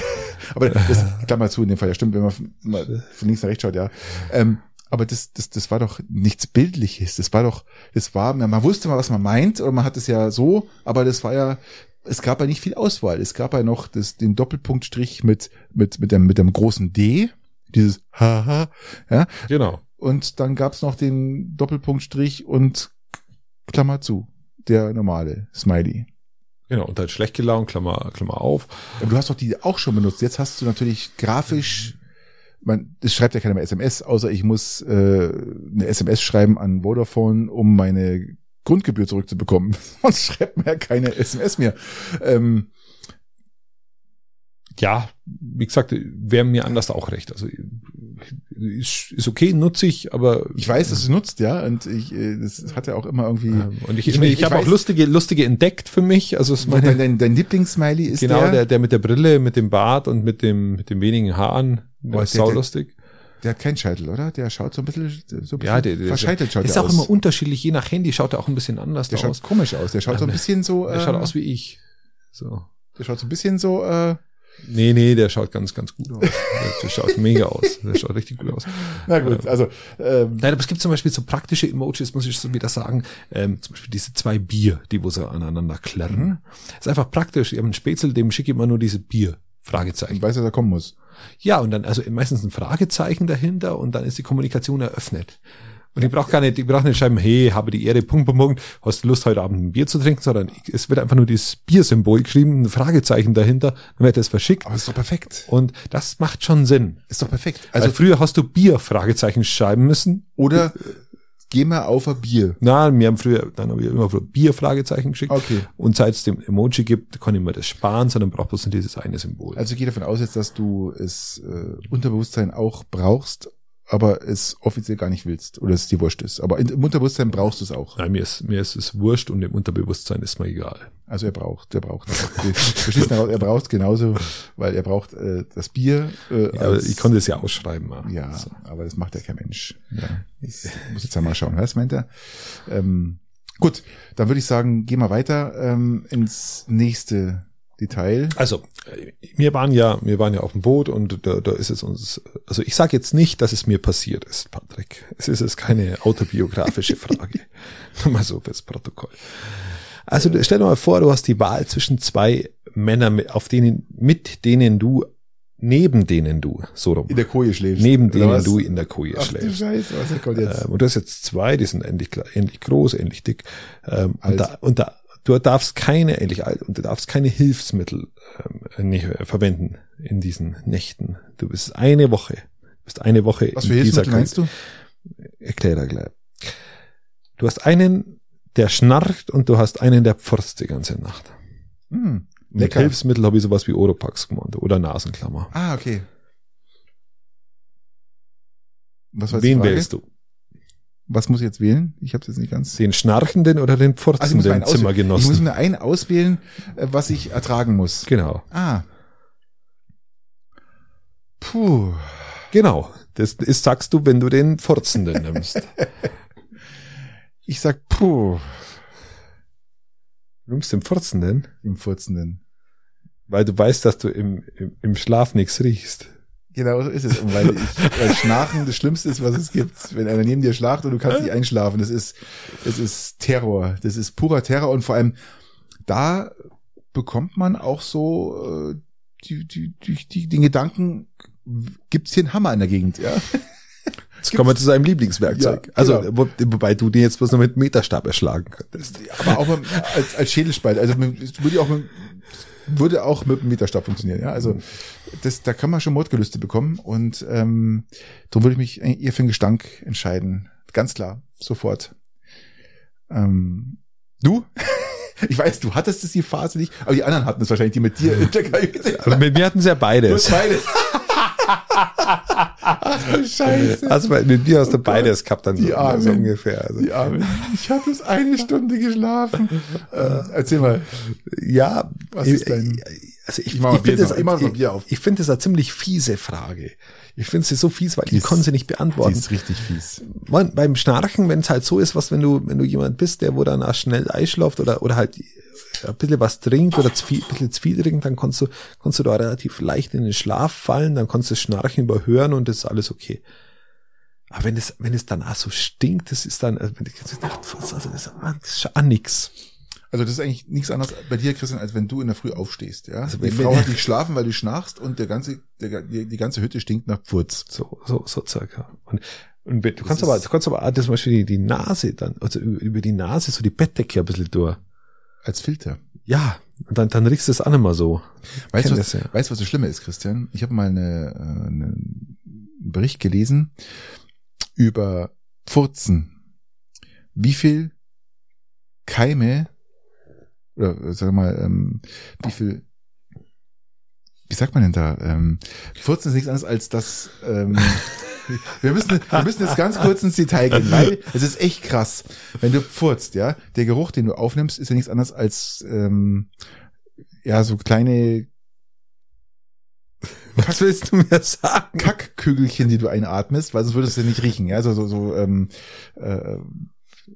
Aber das, Klammer zu in dem Fall, ja, stimmt, wenn man von, mal von links nach rechts schaut, ja. Ähm, aber das, das, das war doch nichts Bildliches. Das war doch, das war, man wusste mal, was man meint, oder man hat es ja so, aber das war ja es gab ja nicht viel Auswahl. Es gab ja noch das, den Doppelpunktstrich mit, mit, mit, dem, mit dem großen D, dieses Haha, ja. Genau. Und dann gab es noch den Doppelpunktstrich und Klammer zu, der normale Smiley. Genau, und dann schlecht gelaunt, Klammer, Klammer auf. Und du hast doch die auch schon benutzt. Jetzt hast du natürlich grafisch, man, das schreibt ja keiner mehr SMS, außer ich muss äh, eine SMS schreiben an Vodafone, um meine Grundgebühr zurückzubekommen. Sonst schreibt man ja keine SMS mehr. Ähm, Ja, wie gesagt, wäre mir anders auch recht. Also ist, ist okay, nutze ich, aber ich weiß, dass du es nutzt, ja, und ich, äh, das hat ja auch immer irgendwie. Ähm, Und ich, Ich ich, meine, ich, ich habe auch weiß- lustige, lustige entdeckt für mich. Also es meine, dein, dein, dein Lieblingssmiley ist genau der? der, der, mit der Brille, mit dem Bart und mit dem, mit dem wenigen Haaren. Der Boah, ist der- der- saulustig. der hat keinen Scheitel, oder? Der schaut so ein bisschen, so ein bisschen Ja, der- der- verscheitelt schaut Der ist der auch aus. immer unterschiedlich, je nach Handy schaut er auch ein bisschen anders der da schaut aus. komisch aus. Der schaut so ein bisschen so, ne. Der schaut äh, aus wie ich. So. der schaut so ein bisschen so, äh, Nee, nee, der schaut ganz, ganz gut aus. Der, der schaut mega aus. Der schaut richtig gut aus. na Genau. gut, also, ähm, Nein, aber es gibt zum Beispiel so praktische Emojis, muss ich so wieder sagen. Ähm, zum Beispiel diese zwei Bier, die wo sie aneinander klirren. Ist einfach praktisch. Ich habe einen Spätzle, dem schicke ich immer nur diese Bier. ich Fragezeichen. weiß, dass er kommen muss. Ja, und dann, also meistens ein Fragezeichen dahinter und dann ist die Kommunikation eröffnet. Und ich brauche gar nicht, ich brauche nicht schreiben, hey, habe die Ehre, Punkt, Punkt, Punkt, hast du Lust, heute Abend ein Bier zu trinken, sondern ich, es wird einfach nur dieses Bier-Symbol geschrieben, ein Fragezeichen dahinter, dann wird das verschickt. Aber ist doch perfekt. Und das macht schon Sinn. Ist doch perfekt. Also Also, früher hast du Bier Fragezeichen schreiben müssen. oder, äh, geh mal auf ein Bier. Na, wir haben früher, dann habe ich immer früher Bier Fragezeichen geschickt. Okay. Und seit es dem Emoji gibt, kann ich mir das sparen, sondern braucht bloß nur dieses eine Symbol. Also, ich gehe davon aus jetzt, dass du es, äh, Unterbewusstsein auch brauchst, aber es offiziell gar nicht willst, oder es dir wurscht ist. Aber in, im Unterbewusstsein brauchst du es auch. Nein, mir ist, mir ist es wurscht und im Unterbewusstsein ist mir egal. Also er braucht, er braucht. Du verstehst daraus, er braucht genauso, weil er braucht äh, das Bier. Ja, aber Äh, als- Also ich konnte es ja ausschreiben. ja. ja, So. aber das macht ja kein Mensch. Ja, ich muss jetzt einmal schauen, was meint er? Ähm, gut, dann würde ich sagen, geh mal weiter ähm, ins nächste Detail. Also, äh, wir waren ja, wir waren ja auf dem Boot und da, da ist es uns, also ich sage jetzt nicht, dass es mir passiert ist, Patrick. Es ist jetzt keine autobiografische Frage. Nur mal so fürs Protokoll. Also du- stell dir mal vor, du hast die Wahl zwischen zwei Männern, mit- auf denen, mit denen du, neben denen du, so rum, In der Koje schläfst. neben oder denen was? du in der Koje Ach, du schläfst. Scheiße, was kommt jetzt? Ähm, und du hast jetzt zwei, die sind ähnlich, kle- ähnlich groß, ähnlich dick. Ähm, Alt. und da, und da, du darfst keine, ähnlich alt, und du darfst keine Hilfsmittel ähm, nicht, äh, verwenden in diesen Nächten. Du bist eine Woche. Du bist eine Woche was für Hilfsmittel meinst du? Erkläre gleich. Du hast einen, der schnarcht und du hast einen, der pfurzt die ganze Nacht. Hm. Mit Lecker. Hilfsmittel habe ich sowas wie Oropax gemeint oder Nasenklammer. Ah, okay. Was war jetzt die Wen Frage? wählst du? Was muss ich jetzt wählen? Ich habe jetzt nicht ganz. Den Schnarchenden oder den Also ich muss, pfurzenden mir einen auswählen. ich muss Zimmergenossen? mir einen auswählen, äh, was ich ertragen muss. Genau. Ah. Puh. Genau. Das ist, sagst du, wenn du den Furzenden nimmst. Ich sag puh. Du nimmst den Furzenden, Im Furzenden. weil du weißt, dass du im, im, im Schlaf nichts riechst. Genau so ist es. Und weil, ich, weil Schnarchen das Schlimmste ist, was es gibt. Wenn einer neben dir schlacht und du kannst nicht einschlafen, das ist, das ist Terror. Das ist purer Terror. Und vor allem, da bekommt man auch so äh, die, die, die, die, den Gedanken, gibt's hier einen Hammer in der Gegend, ja? Jetzt kommen wir zu seinem Lieblingswerkzeug. Ja, also, genau. wo, wobei du den jetzt bloß noch mit Meterstab erschlagen könntest. Aber auch mit, als, als Schädelspalt. Also mit, es würde ja auch mit, würde auch mit dem Meterstab funktionieren. Ja? Also das, da kann man schon Mordgelüste bekommen und ähm, darum würde ich mich eher für den Gestank entscheiden. Ganz klar, sofort. Ähm, du? Ich weiß, du hattest es die Phase nicht, aber die anderen hatten es wahrscheinlich, die mit dir in der Kabine. Also, mit mir hatten sie ja beides. Beides. Ach, du Scheiße. Also bei- mit mir hast Oh du beides gehabt dann Die so, so Armen. ungefähr. Also, Die Arme. Äh, Ich habe bloß eine Stunde geschlafen. Ähm, erzähl mal. ja, Was ich- ist dein- ich- also ich, Ich ich, mach mal Bier finde das, auf. Ich mach mal Bier auf. ich, ich finde das eine ziemlich fiese Frage. Ich finde sie so fies, weil Die ich ist- kann sie nicht beantworten. Die ist richtig fies. man, beim Schnarchen, wenn es halt so ist, was wenn du, wenn du jemand bist, der wo dann auch schnell einschläft oder, oder halt ein bisschen was trinkt oder zu viel, ein bisschen zu viel trinkt, dann kannst du, kannst du da relativ leicht in den Schlaf fallen, dann kannst du das Schnarchen überhören und das ist alles okay. Aber wenn es, wenn es dann auch so stinkt, das ist dann, also wenn ich jetzt Nacht also das ist an nix. Also das ist eigentlich nichts anderes bei dir, Christian, als wenn du in der Früh aufstehst. Ja? Also die wenn- Frau wenn- hat dich schlafen, weil du schnarchst und der ganze, der, die, die ganze Hütte stinkt nach Pfurz. So, so, so circa. Und, und wenn- du Das kannst ist- aber, du kannst aber auch das zum Beispiel die, die Nase dann, also über, über die Nase so die Bettdecke ein bisschen durch. Als Filter. Ja, und dann, dann riechst du es auch nicht mehr so. Weißt du, Kenn was, das ja. weißt, du, was das Schlimme ist, Christian? Ich habe mal eine, äh, einen Bericht gelesen über Pfurzen. Wie viel Keime, oder äh, sag mal, ähm, wie viel, wie sagt man denn da? Ähm, Pfurzen ist nichts anderes als das, ähm, wir müssen, wir müssen jetzt ganz kurz ins Detail gehen, weil es ist echt krass. Wenn du pfurzt, ja, der Geruch, den du aufnimmst, ist ja nichts anderes als, ähm, ja, so kleine Was willst du mir sagen? Kackkügelchen, die du einatmest, weil sonst würdest du ja nicht riechen. Ja, so, so, so, ähm, äh,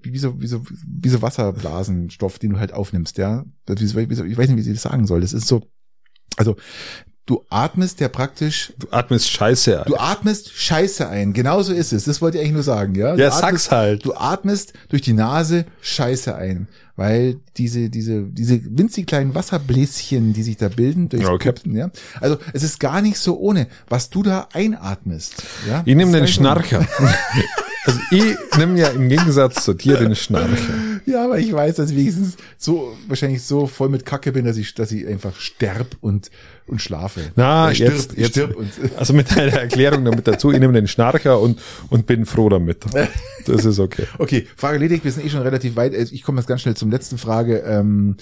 wie so, wie so, wie so Wasserblasenstoff, den du halt aufnimmst, ja. Das ist- wie so- Ich weiß nicht, wie sie das sagen soll. Das ist so, also, du atmest ja praktisch, Du atmest Scheiße ein. du atmest Scheiße ein. Genauso ist es. Das wollte ich eigentlich nur sagen, ja. Du Ja, atmest- sag's halt. Du atmest durch die Nase Scheiße ein, weil diese, diese, diese winzig kleinen Wasserbläschen, die sich da bilden, durch Ja, okay. ja. Also es ist gar nicht so ohne, was du da einatmest. Ja? Ich nehme Das den ist gar nicht Schnarcher. also ich nehme ja im Gegensatz zu dir den Schnarcher. so- Ja, aber ich weiß, dass ich wenigstens so wahrscheinlich so voll mit Kacke bin, dass ich, dass ich einfach sterb und, und schlafe. Na, Oder jetzt- ich jetzt- stirb und Also mit einer Erklärung damit dazu, ich nehme den Schnarcher und, und bin froh damit. Das ist okay. Okay, Frage erledigt. Wir sind eh schon relativ weit. Also Ich komme jetzt ganz schnell zum letzten Frage. Ähm,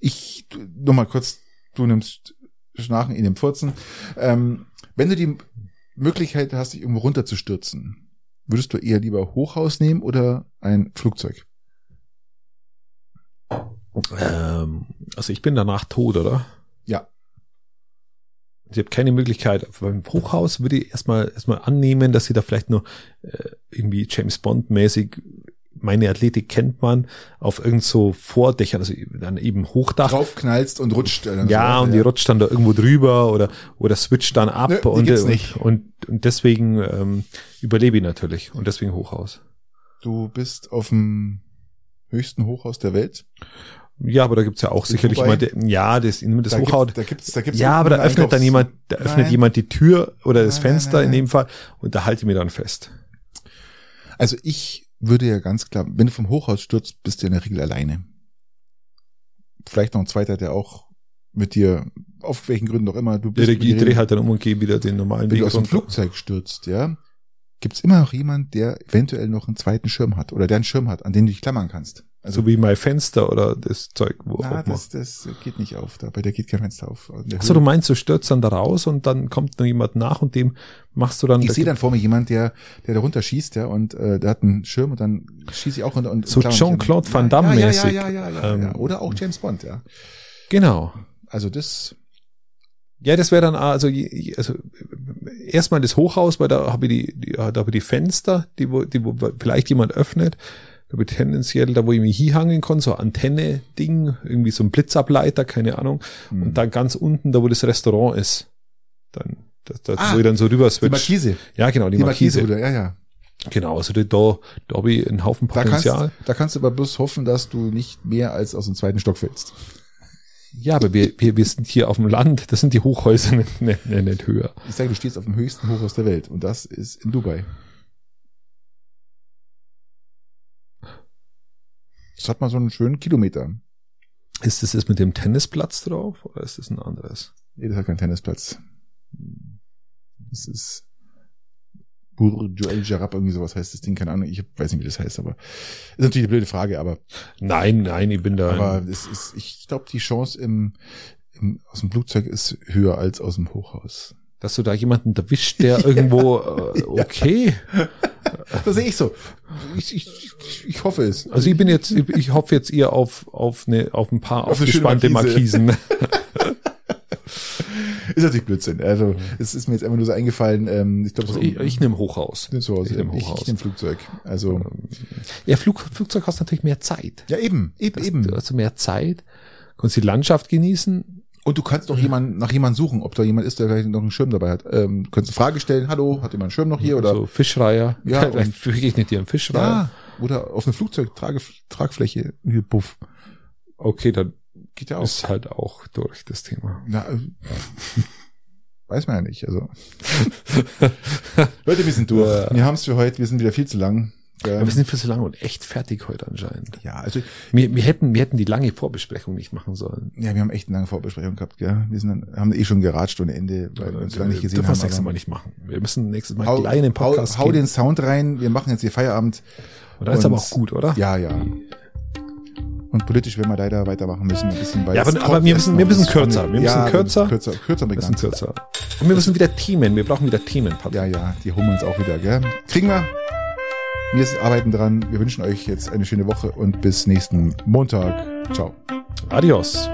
ich noch mal kurz. Du nimmst Schnarchen in dem Furzen. Ähm, wenn du die Möglichkeit hast, dich irgendwo runterzustürzen, würdest du eher lieber Hochhaus nehmen oder ein Flugzeug? Ähm, also ich bin danach tot, oder? Ja. Ich habe keine Möglichkeit. Beim Hochhaus würde ich erstmal erstmal annehmen, dass sie da vielleicht noch äh, irgendwie James Bond mäßig meine Athletik kennt man auf irgend so Vordächern, also dann eben Hochdach. Draufknallst und rutscht. äh, Ja, so, und die rutscht dann da irgendwo drüber oder, oder switcht dann ab. Nö, die und, gibt's und, nicht. Und, und deswegen ähm, überlebe ich natürlich und deswegen Hochhaus. Du bist auf dem höchsten Hochhaus der Welt. Ja, aber da gibt's ja auch In sicherlich Dubai? mal, ja, das, das da Hochhaus. Gibt's, da gibt's, da gibt's Ja, aber da irgendeinen öffnet dann Einkaufs- jemand, da öffnet Nein. jemand die Tür oder das Nein, nein, Fenster nein, in nein. dem Fall und da halte ich mir dann fest. Also ich würde ja ganz klar, wenn du vom Hochhaus stürzt, bist du in der Regel alleine. Vielleicht noch ein zweiter, der auch mit dir, auf welchen Gründen auch immer, du Ich bist mit dir drehe halt dann um und gehe wieder den normalen wenn Weg du aus dem runter. Flugzeug stürzt, ja, gibt's immer noch jemand, der eventuell noch einen zweiten Schirm hat oder der einen Schirm hat, an den du dich klammern kannst. Also So wie mein Fenster oder das Zeug, wo na, auch immer. das, das geht nicht auf, da bei der geht kein Fenster auf. In der Achso, du Höhe. meinst, du stürzt dann da raus und dann kommt noch jemand nach und dem machst du dann. ich da sehe gibt- dann vor mir jemand, der, der da runter schießt, ja, und äh, der hat einen Schirm und dann schieße ich auch und, und So klammer mich an. Jean-Claude Van Damme-mäßig. Ja, ja, ja, ja, ja, ja, ja. Ähm, Oder auch James Bond, ja. Genau. Also das Ja, das wäre dann auch- also, je- je- also äh, erstmal das Hochhaus, weil da habe ich die, die ja, da habe ich die Fenster, die wo, die wo vielleicht jemand öffnet. Da habe ich tendenziell da, wo ich mich hinhangen kann, so Antenne Ding, irgendwie so ein Blitzableiter, keine Ahnung. Mhm. Und dann ganz unten, da wo das Restaurant ist, dann da, da, Ah, wo ich dann so rüber die switch. Markise, Ja, genau, die, die Markise, Markise. Bruder, ja, ja. Genau, also da, da, da habe ich einen Haufen Da kannst, Potenzial. da kannst du aber bloß hoffen, dass du nicht mehr als aus dem zweiten Stock fällst. Ja, aber wir, wir, wir sind hier auf dem Land, das sind die Hochhäuser nicht, nicht, nicht, nicht höher. Ich sage, du stehst auf dem höchsten Hochhaus der Welt und das ist in Dubai. Das hat mal so einen schönen Kilometer. Ist das das mit dem Tennisplatz drauf oder ist das ein anderes? Nee, das hat keinen Tennisplatz. Das ist Burj Al Jarab, irgendwie sowas heißt das Ding, keine Ahnung. Ich weiß nicht, wie das heißt, aber ist natürlich eine blöde Frage, aber Nein, nein, ich bin da. Aber es ist, ich glaube, die Chance im, im, aus dem Flugzeug ist höher als aus dem Hochhaus. dass du da jemanden erwischt, der irgendwo äh, okay. Das sehe ich so. Ich, ich, ich hoffe es. Also ich bin jetzt, ich, ich hoffe jetzt eher auf auf eine auf ein paar Auf eine schöne aufgespannte Markise. Markisen. Ist natürlich Blödsinn. Also es ist mir jetzt einfach nur so eingefallen. Ähm, ich glaube, Also so, ich, ich nehme Hochhaus. nehm zu Hause. ich nehm Ich, ich Hochhaus. nehm Flugzeug. Also Ja, Flug, Flugzeug hast natürlich mehr Zeit. ja eben, eben, Das, eben. Du hast mehr Zeit, kannst die Landschaft genießen. Und du kannst doch jemanden nach jemandem suchen, ob da jemand ist, der vielleicht noch einen Schirm dabei hat. Ähm, du kannst eine Frage stellen. Hallo, hat jemand einen Schirm noch hier oder? so Fischreier. Ja, und- Also vielleicht kriege ich nicht dir einen Fischreier. Oder auf eine Flugzeug Trage, Tragfläche. Hier, puff. Okay, dann Geht ja auch. ist halt auch durch das Thema. Na, äh, weiß man ja nicht. Also. Leute, wir sind durch. Ja. Wir haben es für heute. Wir sind wieder viel zu lang. Ähm, Aber wir sind für so lange und echt fertig heute anscheinend. ja, also Wir, wir, hätten, wir hätten die lange Vorbesprechung nicht machen sollen. ja, wir haben echt eine lange Vorbesprechung gehabt. Gell? Wir sind dann, haben eh schon geratscht ohne Ende, weil wir uns lange nicht gesehen Dürfen wir das nächste haben. Mal nicht machen. Wir müssen nächstes Mal aber Hau, gleich in den Podcast hau, hau gehen. den Sound rein. Wir machen jetzt hier Feierabend. und dann ist aber und- auch gut, oder? Ja, ja. Und politisch werden wir leider weitermachen müssen, ein bisschen weil Ja, es aber- kommt aber wir erst müssen- noch wir müssen was von- kürzer. Wir müssen kürzer. Kürzer, kürzer, Wir müssen bekannt. kürzer. Und wir müssen wieder Themen. Wir brauchen wieder Themen, Patrick. Ja, ja, die holen wir uns auch wieder, gell? Kriegen wir. Wir s- arbeiten dran. Wir wünschen euch jetzt eine schöne Woche und bis nächsten Montag. Ciao. Adios.